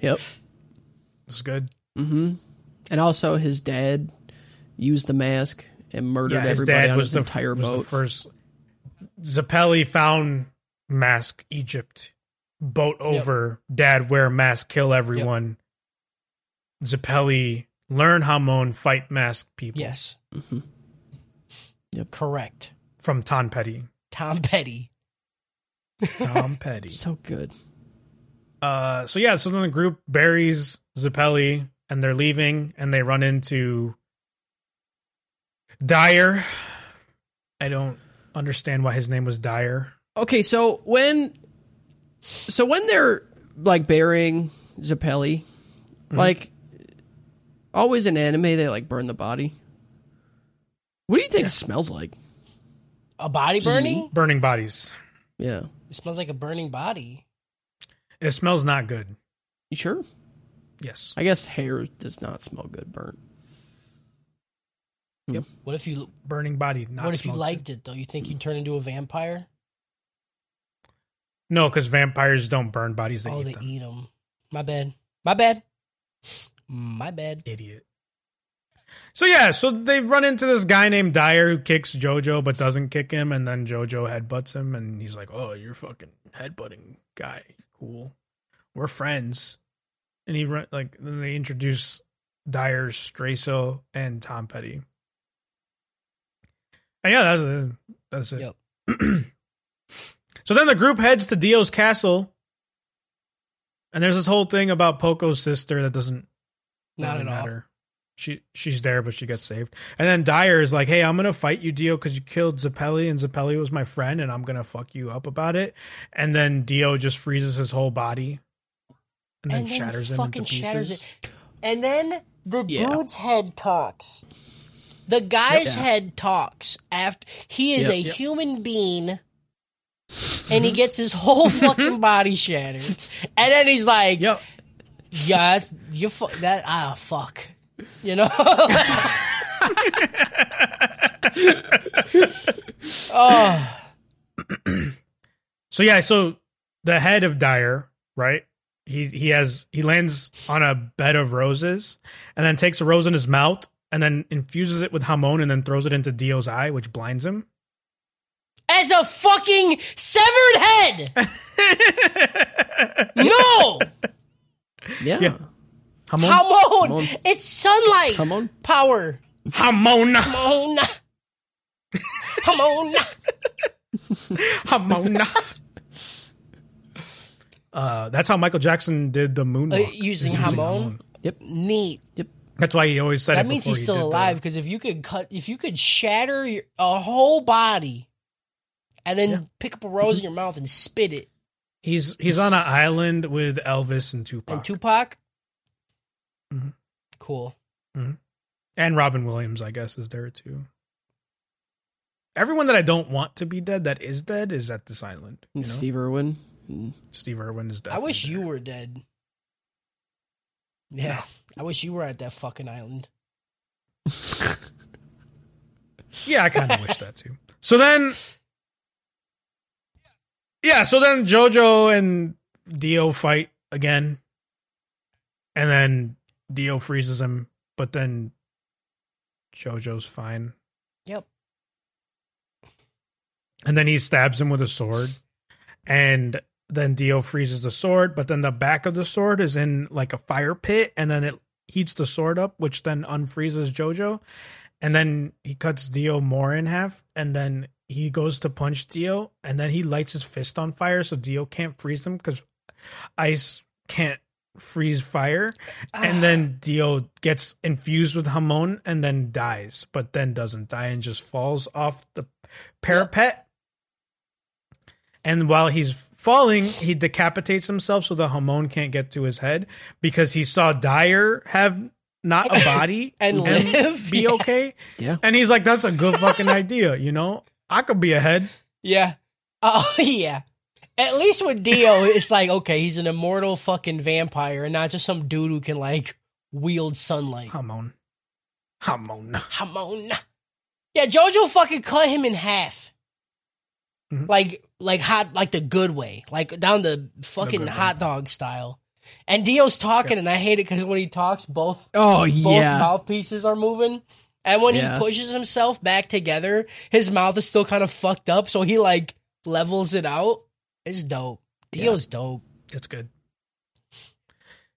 Yep. Mm-hmm. It's good. And also, his dad used the mask and murdered Yeah, his everybody dad on was his the entire was the boat. first. Zappelli found mask Egypt, boat over. Dad wear mask, kill everyone. Zappelli learn Hamon fight mask people yes, Yep. correct. from Tom Petty. Tom Petty. Tom Petty. So good. Uh, so yeah, so then the group buries Zappelli and they're leaving and they run into Dyer. I don't understand why his name was Dyer. Okay, so when, so when they're like burying Zappelli, Mm-hmm. like always in anime, they like burn the body. What do you think it smells like? A body burning? Burning bodies. Yeah, It smells like a burning body. It smells not good. you sure? Yes. I guess hair does not smell good burnt. What if you Burning body. Not What if you smell liked it though? You think you'd turn into a vampire? good. No, because vampires don't burn bodies. They oh, eat they them. eat them. My bad. My bad. My bad. Idiot. So yeah, so they run into this guy named Dyer who kicks Jojo but doesn't kick him, and then Jojo headbutts him, and he's like, "Oh, you're fucking headbutting guy. Cool, we're friends." And he run like then they introduce Dyer, Straso, and Tom Petty. And yeah, that's it. That's it. Yep. so then the group heads to Dio's castle, and there's this whole thing about Poco's sister that doesn't Not doesn't at all. matter. She she's there, but she gets saved. And then Dyer is like, "Hey, I'm gonna fight you, Dio, because you killed Zappelli, and Zappelli was my friend, and I'm gonna fuck you up about it." And then Dio just freezes his whole body, and then, shatters him into pieces. it. And then the Yeah. dude's head talks. The guy's Yeah. head talks after he is Yep. a Yep. human being and he Mm-hmm. gets his whole fucking body shattered. And then he's like, Yep. yeah, that's you fu- that ah fuck. You know? oh. Oh. So yeah, so the head of Dyer, right? He he has he lands on a bed of roses, and then takes a rose in his mouth, and then infuses it with Hamon, and then throws it into Dio's eye, which blinds him. as a fucking severed head. no, Yeah, Yeah. Hamon. Hamon, on. it's sunlight. Come on. power. Hamon. Hamon, Hamon. Hamona. uh, that's how Michael Jackson did the moonwalk. Uh, using Hamon. Yep. Neat. That's why he always said That it means before he's he still did the- alive because if you could cut, if you could shatter your, a whole body, and then pick up a rose Mm-hmm. in your mouth and spit it, he's he's on an island with Elvis and Tupac and and, Tupac. Cool. Robin Williams, I guess, is there too. Everyone that I don't want to be dead that is dead is at this island. You And know? Steve. Steve Irwin. Irwin is dead. I wish you were dead. Yeah, I wish you were at that fucking island. Yeah, I kind of wish that too. So then, yeah, so then JoJo and Dio fight again, and then Dio freezes him, but then JoJo's fine, Yep. and then he stabs him with a sword, and then Dio freezes the sword, but then the back of the sword is in like a fire pit, and then it heats the sword up, which then unfreezes JoJo. And then he cuts Dio more in half, and then he goes to punch Dio, and then he lights his fist on fire so Dio can't freeze him because ice can't freeze fire, and then Dio gets infused with Hamon and then dies, but then doesn't die and just falls off the parapet. And while he's falling, he decapitates himself so the Hamon can't get to his head because he saw Dyer have not a body And live, be yeah. okay. Yeah. And he's like, that's a good fucking idea, you know? I could be a head. Yeah. Oh yeah. At least with Dio, it's like okay, he's an immortal fucking vampire, and not just some dude who can like wield sunlight. Hamon. Hamon. Hamon. Yeah, Jojo fucking cut him in half. Mhm. Like like hot like the good way. Like down the fucking good way. hot dog style. And Dio's talking and I hate it cuz when he talks both Oh both yeah. mouthpieces are moving. And when Yeah. he pushes himself back together, his mouth is still kind of fucked up, so he like levels it out. It's dope. Dio's dope. It's good.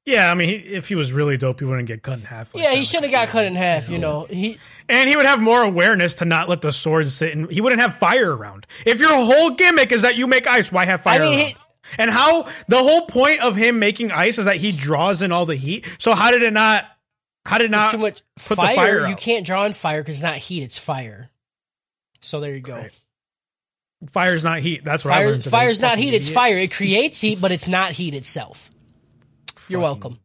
Yeah, I mean, he, if he was really dope, he wouldn't get cut in half. like yeah, that, he like should have got cut in half, you know. He And he would have more awareness to not let the sword sit, and he wouldn't have fire around. If your whole gimmick is that you make ice, why have fire? I mean, around? he- and how the whole point of him making ice is that he draws in all the heat. So how did it not? How did it There's not too much put fire. the fire you out. can't draw on fire because it's not heat; it's fire. So there you go. Right. Fire's not heat. That's what I Fire, learned. today. fire's not Fucking heat; it's idiot. fire. It creates heat, but it's not heat itself. You're welcome,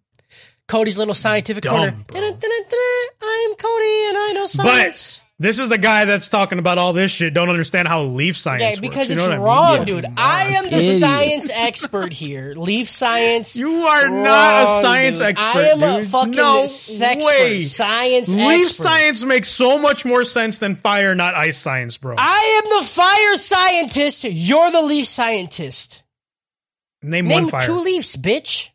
Cody's little scientific dumb, corner. bro. Dun-dun, dun-dun, dun-dun. I am Cody, and I know science. But this is the guy that's talking about all this shit. Don't understand how leaf science. yeah, works. because You know it's what I mean? wrong, Yeah. dude. I am the Idiot. science expert here. Leaf science. You are not Wrong, a science dude. expert. I am a dude. fucking no sexpert. way. Science Leaf expert. science makes so much more sense than fire, not ice science, bro. I am the fire scientist. You're the leaf scientist. name, Name one fire. two leaves, bitch.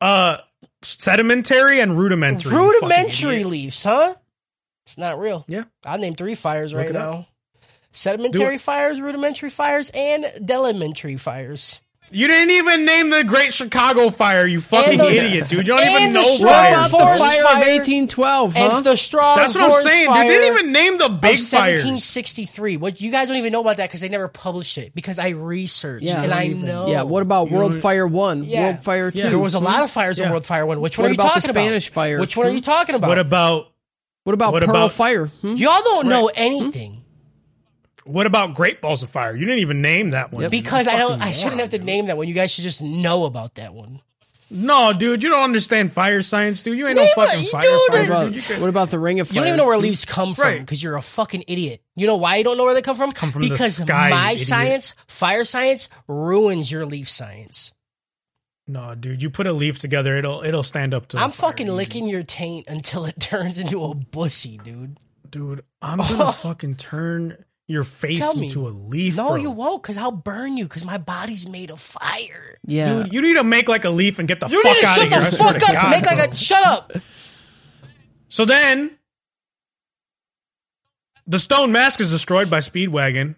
uh, sedimentary and rudimentary. you fucking Rudimentary idiot. leaves, huh? It's not real. Yeah. I'll name three fires Look right it up. now. Sedimentary Do fires, rudimentary fires, and delementary fires. You didn't even name the Great Chicago Fire. You fucking the- idiot, dude. You don't and even the know straw What fire. about the Forest fire of fire. 1812, huh? And the straw That's what I'm forest saying, fire dude. They didn't even name the of big fires. 1763. What you guys don't even know about that because they never published it. Because I researched Yeah, and I I don't even- know. yeah. What about World Fire One? Yeah. World Fire Two. Yeah. there was a lot of fires in Yeah. World Fire One. Which What one are you about the talking about? Spanish fire? Which one are Hmm? you talking about? What about What about What Pearl about- Fire? Hmm? Y'all don't know anything. what about Great Balls of Fire? You didn't even name that one. Yep. dude. Because I don't, Fucking I shouldn't moron, have to dude. name that one. You guys should just know about that one. No, dude, you don't understand fire science, dude. You ain't no Name fucking it, fire. dude. fighter, What about, dude. You can- what about the Ring of Fire? You don't even know where leaves come from Right. because you're a fucking idiot. You know why you don't know where they come from? Come from the because sky, you my idiot. science, fire science, ruins your leaf science. No, dude, you put a leaf together, it'll it'll stand up to. a I'm fire, fucking dude. licking your taint until it turns into a bussy, dude. dude. I'm gonna fucking turn your face Tell me. into a leaf. No, bro. you won't, because I'll burn you, because my body's made of fire. yeah. Dude, you need to make like a leaf and get the You fuck need to out shut of here. I the swear fuck to up. God, Make bro. like a shut up. So then, the stone mask is destroyed by Speedwagon,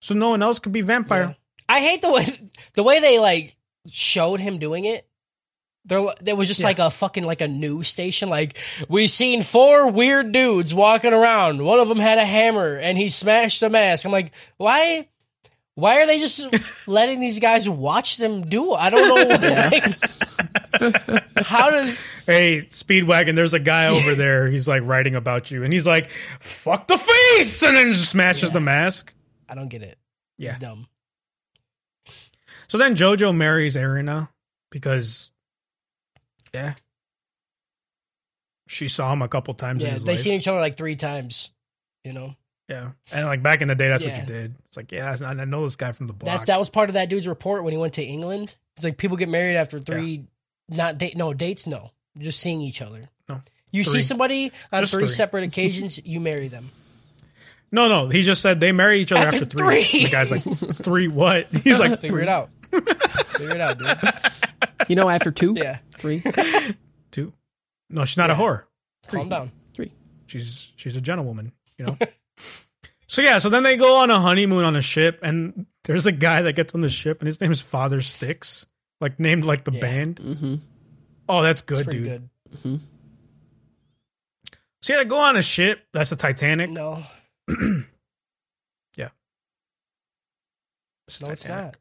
so no one else could be vampire. I hate the way the way they like showed him doing it. There, there was just Yeah. like a fucking like a news station. Like we seen four weird dudes walking around. One of them had a hammer and he smashed a mask. I'm like, why? Why are they just letting these guys watch them do? it? I don't know. like, how does Hey, Speedwagon, there's a guy over there. He's like writing about you, and he's like, "Fuck the face," and then just smashes the mask. I don't get it? Yeah. It's dumb. So then JoJo marries Arina because, yeah, she saw him a couple times. in Yeah, his they life. seen each other like three times. You know, Yeah, and like back in the day, that's Yeah. what you did. It's like, yeah, that's not- I know this guy from the block. That's that was part of that dude's report when he went to England. It's like people get married after three, not date, no dates, no, just seeing each other. No. you Three. see somebody on Just three, three. separate occasions, you marry them. no, no, he just said they marry each other after, After three. three. The guy's like, three what? He's like, Figure it out. Figure it out, dude. You know, after two, Yeah, three, two. No, she's not a whore. calm down. three. She's she's a gentlewoman. You know. so yeah, so then they go on a honeymoon on a ship, and there's a guy that gets on the ship, and his name is Father Sticks, like named like the band. Mm-hmm. Oh, that's It's good, pretty dude. good. So yeah, they go on a ship. That's the Titanic. No, Yeah. the no, it's Titanic. not.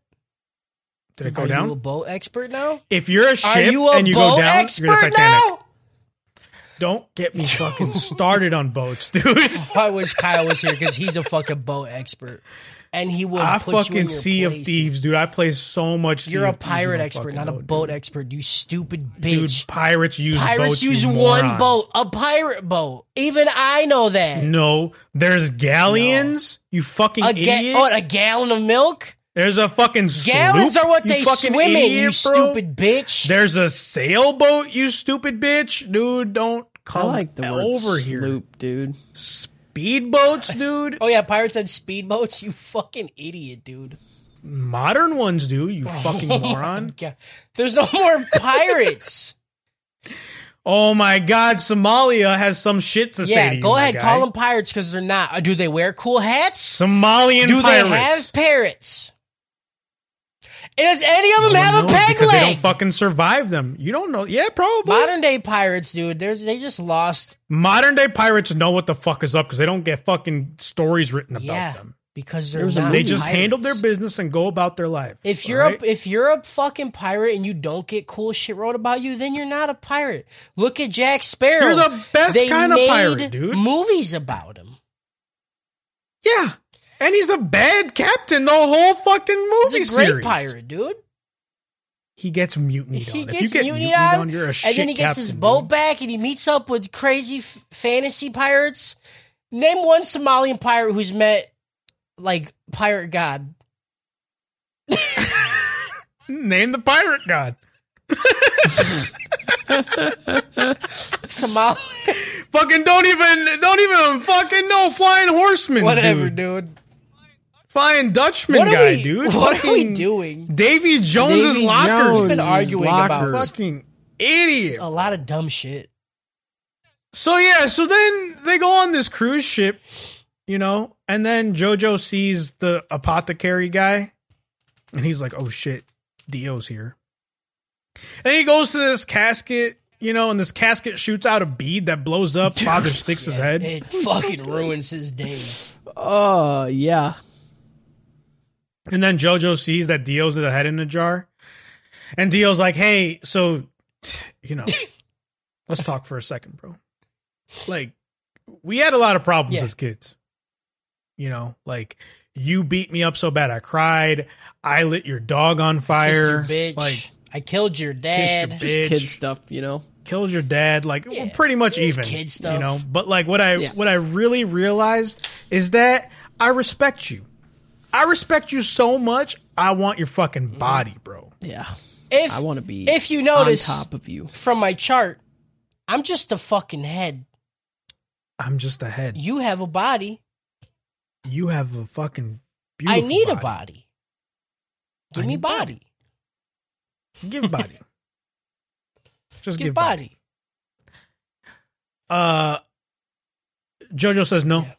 Did it go Are down? you a boat expert now? if you're a ship Are you a and you boat go down, expert you're the Titanic. now? Don't get me fucking started on boats, dude. I wish Kyle was here because he's a fucking boat expert, and he would. I put you in fucking your Sea of place. Thieves, dude. I play so much. Sea You're a of Thieves on pirate my expert, fucking not a boat, boat expert. You stupid Dude, bitch. pirates use boats, Pirates you use one moron. boat, a pirate boat. Even I know that. No, there's galleons. You fucking A ga- idiot. oh, a gallon of milk? there's a fucking Gallons sloop, are what you they fucking swim in, you idiot, bro. stupid bitch. There's a sailboat, you stupid bitch, dude. Don't I come like the word over sloop, here. dude. Speedboats, dude. oh, yeah, pirates had speedboats? You fucking idiot, dude. Modern ones do. You fucking moron. Yeah. There's no more pirates. Oh my god, Somalia has some shit to say. yeah, to you, go my ahead, guy. call them pirates because they're not. Uh, Do they wear cool hats? Somalian Do pirates. they have parrots? And does any Oh, No of them one have a knows peg because They leg? don't fucking survive them. You don't know. Yeah, probably. Modern, Modern day pirates, dude, there's they just lost day pirates know what the fuck is up because they don't get fucking stories written about yeah, them. because they're There was a not. movie. They just pirates. handle their business and go about their life. If all you're right? a if you're a fucking pirate and you don't get cool shit wrote about you, then you're not a pirate. Look at Jack Sparrow. You're the best They kind of made pirate, dude. Movies about him. yeah, and he's a bad captain the whole fucking movie He's a great series. pirate, dude. He gets mutinied He on. if you gets get mutinied mutinied on, on, you're a shit and then he gets his captain, boat dude. back, and he meets up with crazy f- fantasy pirates. Name one Somalian pirate who's met like pirate god. Name the pirate god. Somali, Fucking don't even don't even fucking know flying horsemen. whatever, dude. dude. Flying Dutchman What are guy, we- dude. What are we Fucking doing? Davy Jones's Davy locker. Jones' been arguing about locker. fuck- Fucking idiot. A lot of dumb shit. So yeah, so then they go on this cruise ship, you know, and then Jojo sees the apothecary guy, and he's like, "Oh shit, Dio's here." And he goes to this casket, you know, and this casket shoots out a bead that blows up. Father sticks his Yeah, head. It fucking ruins his day. Oh yeah, And then Jojo sees that Dio's with a head in a jar. And Dio's like, hey, so, you know, let's talk for a second, bro. Like, we had a lot of problems Yeah. as kids. You know, like, you beat me up so bad I cried. I lit your dog on Kissed fire. your bitch. Like, I killed your dad. your just Bitch. kid stuff, you know. killed your dad. Like, Yeah, we're pretty much it's even. kid stuff. You know, but like, what I, Yeah. what I really realized is that I respect you. I respect you so much. I want your fucking Mm-hmm. body, bro. Yeah, If I want to be. if you notice on top of you, from my chart, I'm just a fucking head. I'm just a head. You have a body. You have a fucking beautiful I need body. a body. Give I me need body. Give body. just Give body. Uh Jojo says no. Yeah.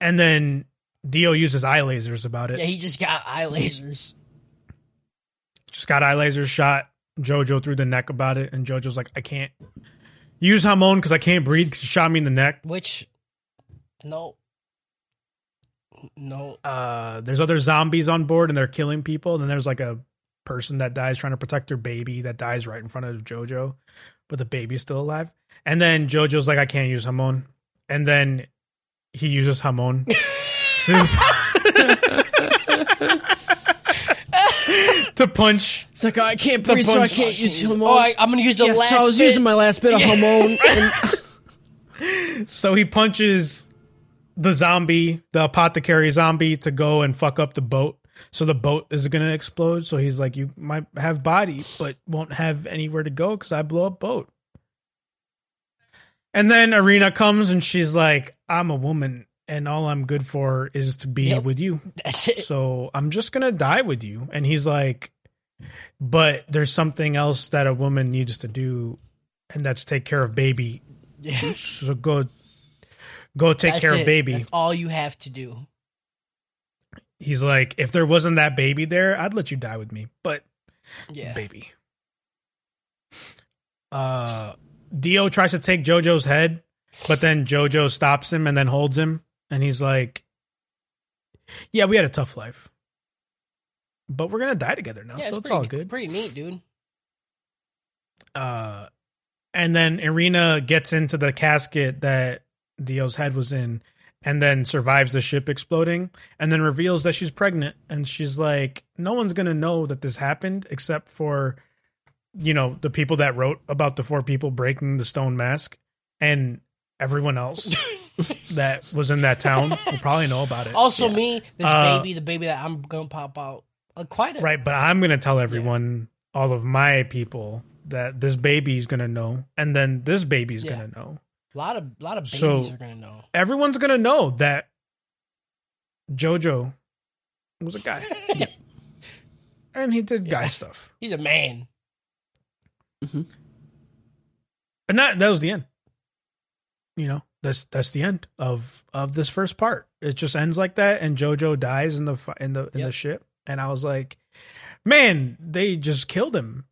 And then Dio uses eye lasers about it. Yeah, he just got eye lasers. just got eye laser shot Jojo through the neck about it and Jojo's like I can't use Hamon cuz I can't breathe cuz he shot me in the neck. Which, no, no. Uh there's other zombies on board and they're killing people and then there's like a person that dies trying to protect their baby that dies right in front of Jojo, but the baby's still alive. And then Jojo's like, I can't use Hamon. And then he uses Hamon. to, to punch. it's like "Oh, I can't breathe, so I bunch- can't use hormone. Oh, I, I'm gonna use the Yes, last. so I was bit. using my last bit of hormone. And, So he punches the zombie, the apothecary zombie, to go and fuck up the boat. So the boat is gonna explode. So he's like, "You might have body, but won't have anywhere to go because I blow up boat." And then Arena comes and she's like, "I'm a woman, and all I'm good for is to be Yep. with you. That's it. So I'm just gonna die with you." And he's like, "But there's something else that a woman needs to do, and that's take care of baby Yeah. so go go take That's care it. of baby That's all you have to do. he's like if there wasn't that baby there i'd let you die with me but Yeah. baby uh dio tries to take jojo's head but then jojo stops him and then holds him and he's like yeah we had a tough life but we're gonna die together now, Yeah, so it's, it's pretty, all good. Pretty neat, dude. Uh, and then Irina gets into the casket that Dio's head was in, and then survives the ship exploding, and then reveals that she's pregnant, and she's like, "No one's gonna know that this happened except for, you know, the people that wrote about the four people breaking the stone mask, and everyone else that was in that town will probably know about it." Also, me, this Uh, baby, the baby that I'm gonna pop out, uh, quite a Right, but I'm gonna tell everyone, all of my people, that this baby's gonna know, and then this baby's Yeah. gonna know. lot of lot of babies So- are gonna know. Everyone's gonna know that JoJo was a guy, and he did guy stuff, He's a man. and that that was the end. You know, that's that's the end of of this first part. It just ends like that, and JoJo dies in the fi- in the in the Yep. ship, and I was like, man, they just killed him.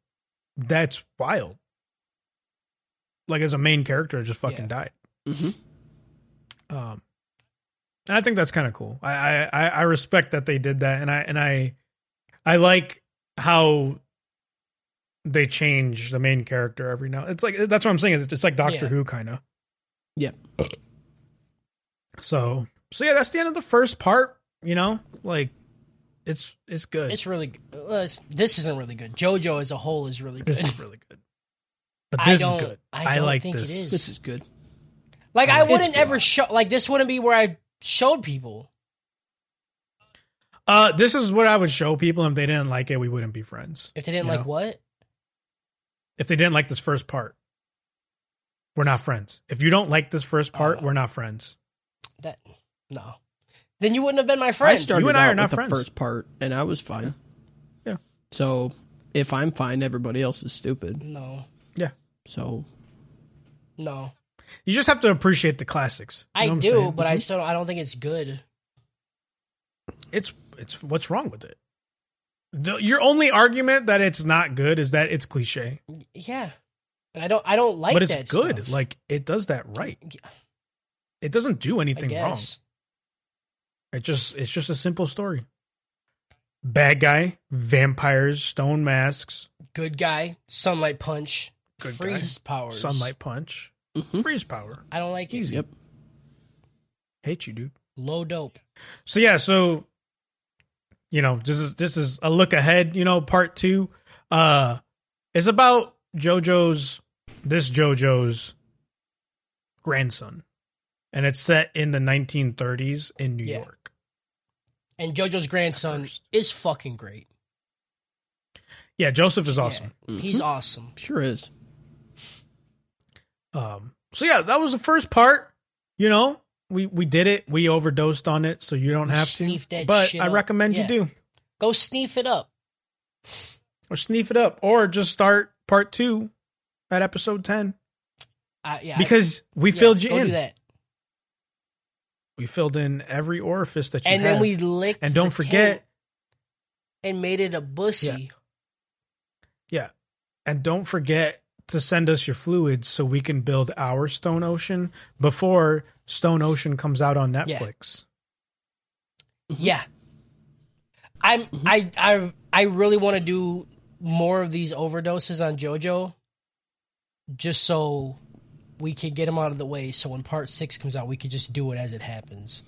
That's wild. Like as a main character, just fucking Yeah. died. hmm Um, and I think that's kind of cool. I, I I I respect that they did that, and I and I I like how they change the main character every now. It's like that's what I'm saying. It's, it's like Doctor Yeah. Who kind of. Yeah. So so yeah, that's the end of the first part. You know, like it's it's good. It's really g- uh, it's, this isn't really good. JoJo as a whole is really good. this is really good. But I this is don't- good. I I, don't like think it this. is. This is good. Like I It's wouldn't a ever lot. show like this wouldn't be where I showed people. Uh, this is what I would show people. If they didn't like it, we wouldn't be friends. If they didn't You like know? what? if they didn't like this first part, we're not friends. If you don't like this first part, Oh. we're not friends. That no. Then you wouldn't have been my friend. I started You and I out are not with friends. the first part, and I was fine. Yeah. So if I'm fine, everybody else is stupid. no. Yeah. So No. You just have to appreciate the classics. You know I what I'm do, saying? Mm-hmm. but I still I don't think it's good. it's it's what's wrong with it? The, your only argument that it's not good is that it's cliche, Yeah. And I don't I don't like but it's that good. stuff. Like it does that right. Yeah. It doesn't do I anything wrong. guess. It just it's just a simple story. Bad guy, vampires, stone masks, Good guy, sunlight punch, Good guy. freeze powers. sunlight punch, Mm-hmm. Mhm. freeze power. I don't like it. Easy. Yep. Hate you, dude. Low dope. So yeah, so you know, this is this is a look ahead, you know, part 2. Uh it's about JoJo's this JoJo's grandson. And it's set in the 1930s in New Yeah. York. And JoJo's grandson first. is fucking great. Yeah, Joseph is awesome. Yeah, He's awesome. sure is. Um so yeah, that was the first part, you know. We we did it. We overdosed on it, so you don't We have sneefed to. that But shit I up. recommend Yeah. you do. Go sneef it up. Or sneef it up or just start part 2 at episode 10 I, yeah, I- because we yeah, filled you go in. Do that. We filled in every orifice that you And had. then we licked and don't the forget, taint and made it a bussy. Yeah. yeah, and don't forget to send us your fluids so we can build our Stone Ocean before Stone Ocean comes out on Netflix. Yeah. I'm I I I really want to do more of these overdoses on JoJo just so we can get them out of the way so when part 6 comes out we can just do it as it happens.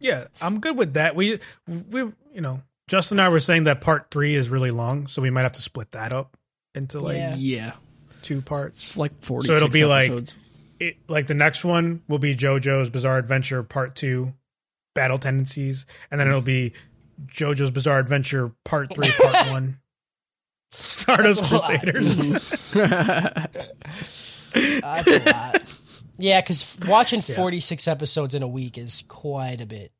Yeah, I'm good with that. We we you know Justin and I were saying that part three is really long, so we might have to split that up into like Yeah. Yeah. two parts. It's like 40 So it'll be like- episodes. it like the next one will be JoJo's Bizarre Adventure Part Two, Battle Tendencies, and then it'll be JoJo's Bizarre Adventure Part Three, Part One, Stardust That's a lot. Crusaders. Uh, that's a lot. Yeah, cuz watching 46 episodes in a week is quite a bit.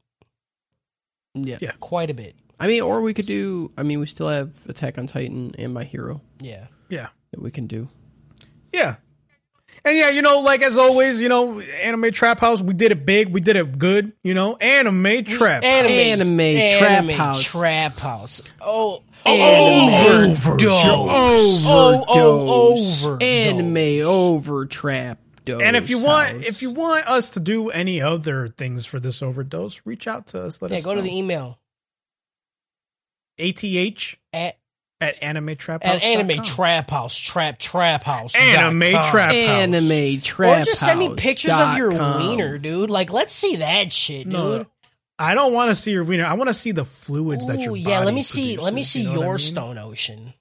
yeah. Yeah. Quite a bit. I mean, or we could do. I mean, we still have Attack on Titan and My Hero Yeah. yeah, that we can do. yeah, and yeah, you know, like as always, you know, Anime Trap House, we did it big, we did it good, you know, Anime Trap. Anime, Anime Trap House. Trap House. Oh, Anime overdose. Oh, Overdose. oh, overdose. Anime over trap. and if you want, if you want us to do any e- other things for this overdose, reach out to us. Let Yeah, us go to know. the email. ATH At, at anime trap at house. anime trap house, trap trap house, Anime dot com. trap house. Anime trap. Or just send me house pictures of your dot com. wiener, dude. Like, let's see that shit, dude. No, I don't want to see your wiener. I want to see the fluids that Ooh, your yeah, let body me see. Let me produces, see you know what your I mean? stone ocean.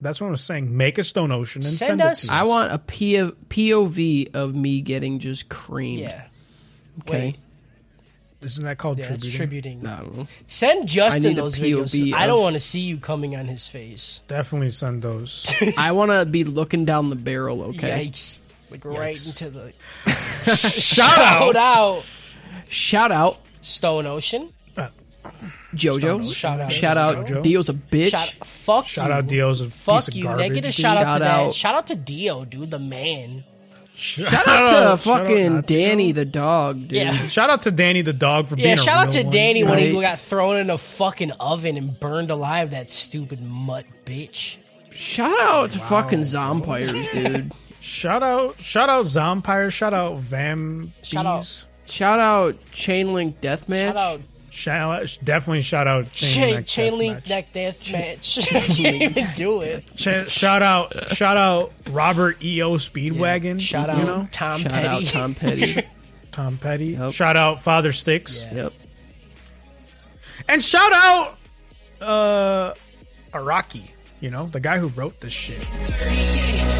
That's what I'm saying. Make a stone ocean and Send send, us- it to I want a P- POV of me getting just creamed. Yeah, Okay. Wait, Isn't that called yeah, tributing? it's tributing. I don't know. Send I Justin need a those POV videos. I don't of- want to see you coming on his face. Definitely send those. I want to be looking down the barrel. Okay. Yikes! Like right Yikes. into the Shout out. shout out Shout out Stone Ocean. JoJo. Shout out, Shout out JoJo. Dio's a bitch. Shout fuck Shout you. out Dio's a Fuck piece of you. garbage. Negative dude. shout out Shout to that. out- Shout out to Dio, dude, the man. Shout Oh, Shout out to shout out fucking not- Danny the dog, dude. Yeah. Shout out to Danny the dog for being Yeah, a shout out real to one. Danny when he Right. got thrown in a fucking oven and burned alive, that stupid mutt bitch. Shout out to fucking Zompires, dude. Shout out, shout out Zompire, shout out Vam. Shout out- Bees. Shout out Chainlink Deathmatch. Shout out Shout out, definitely shout out Chain, Chain, Neck chain link neck death match. I can't even do it. Ch- shout out, shout out Robert E.O. Speedwagon. Shout out you know, Tom Shout Petty. out Tom Petty. Tom Petty. Yep. Shout out Father Sticks. Yeah. yep. And shout out uh Araki, you know, the guy who wrote this shit.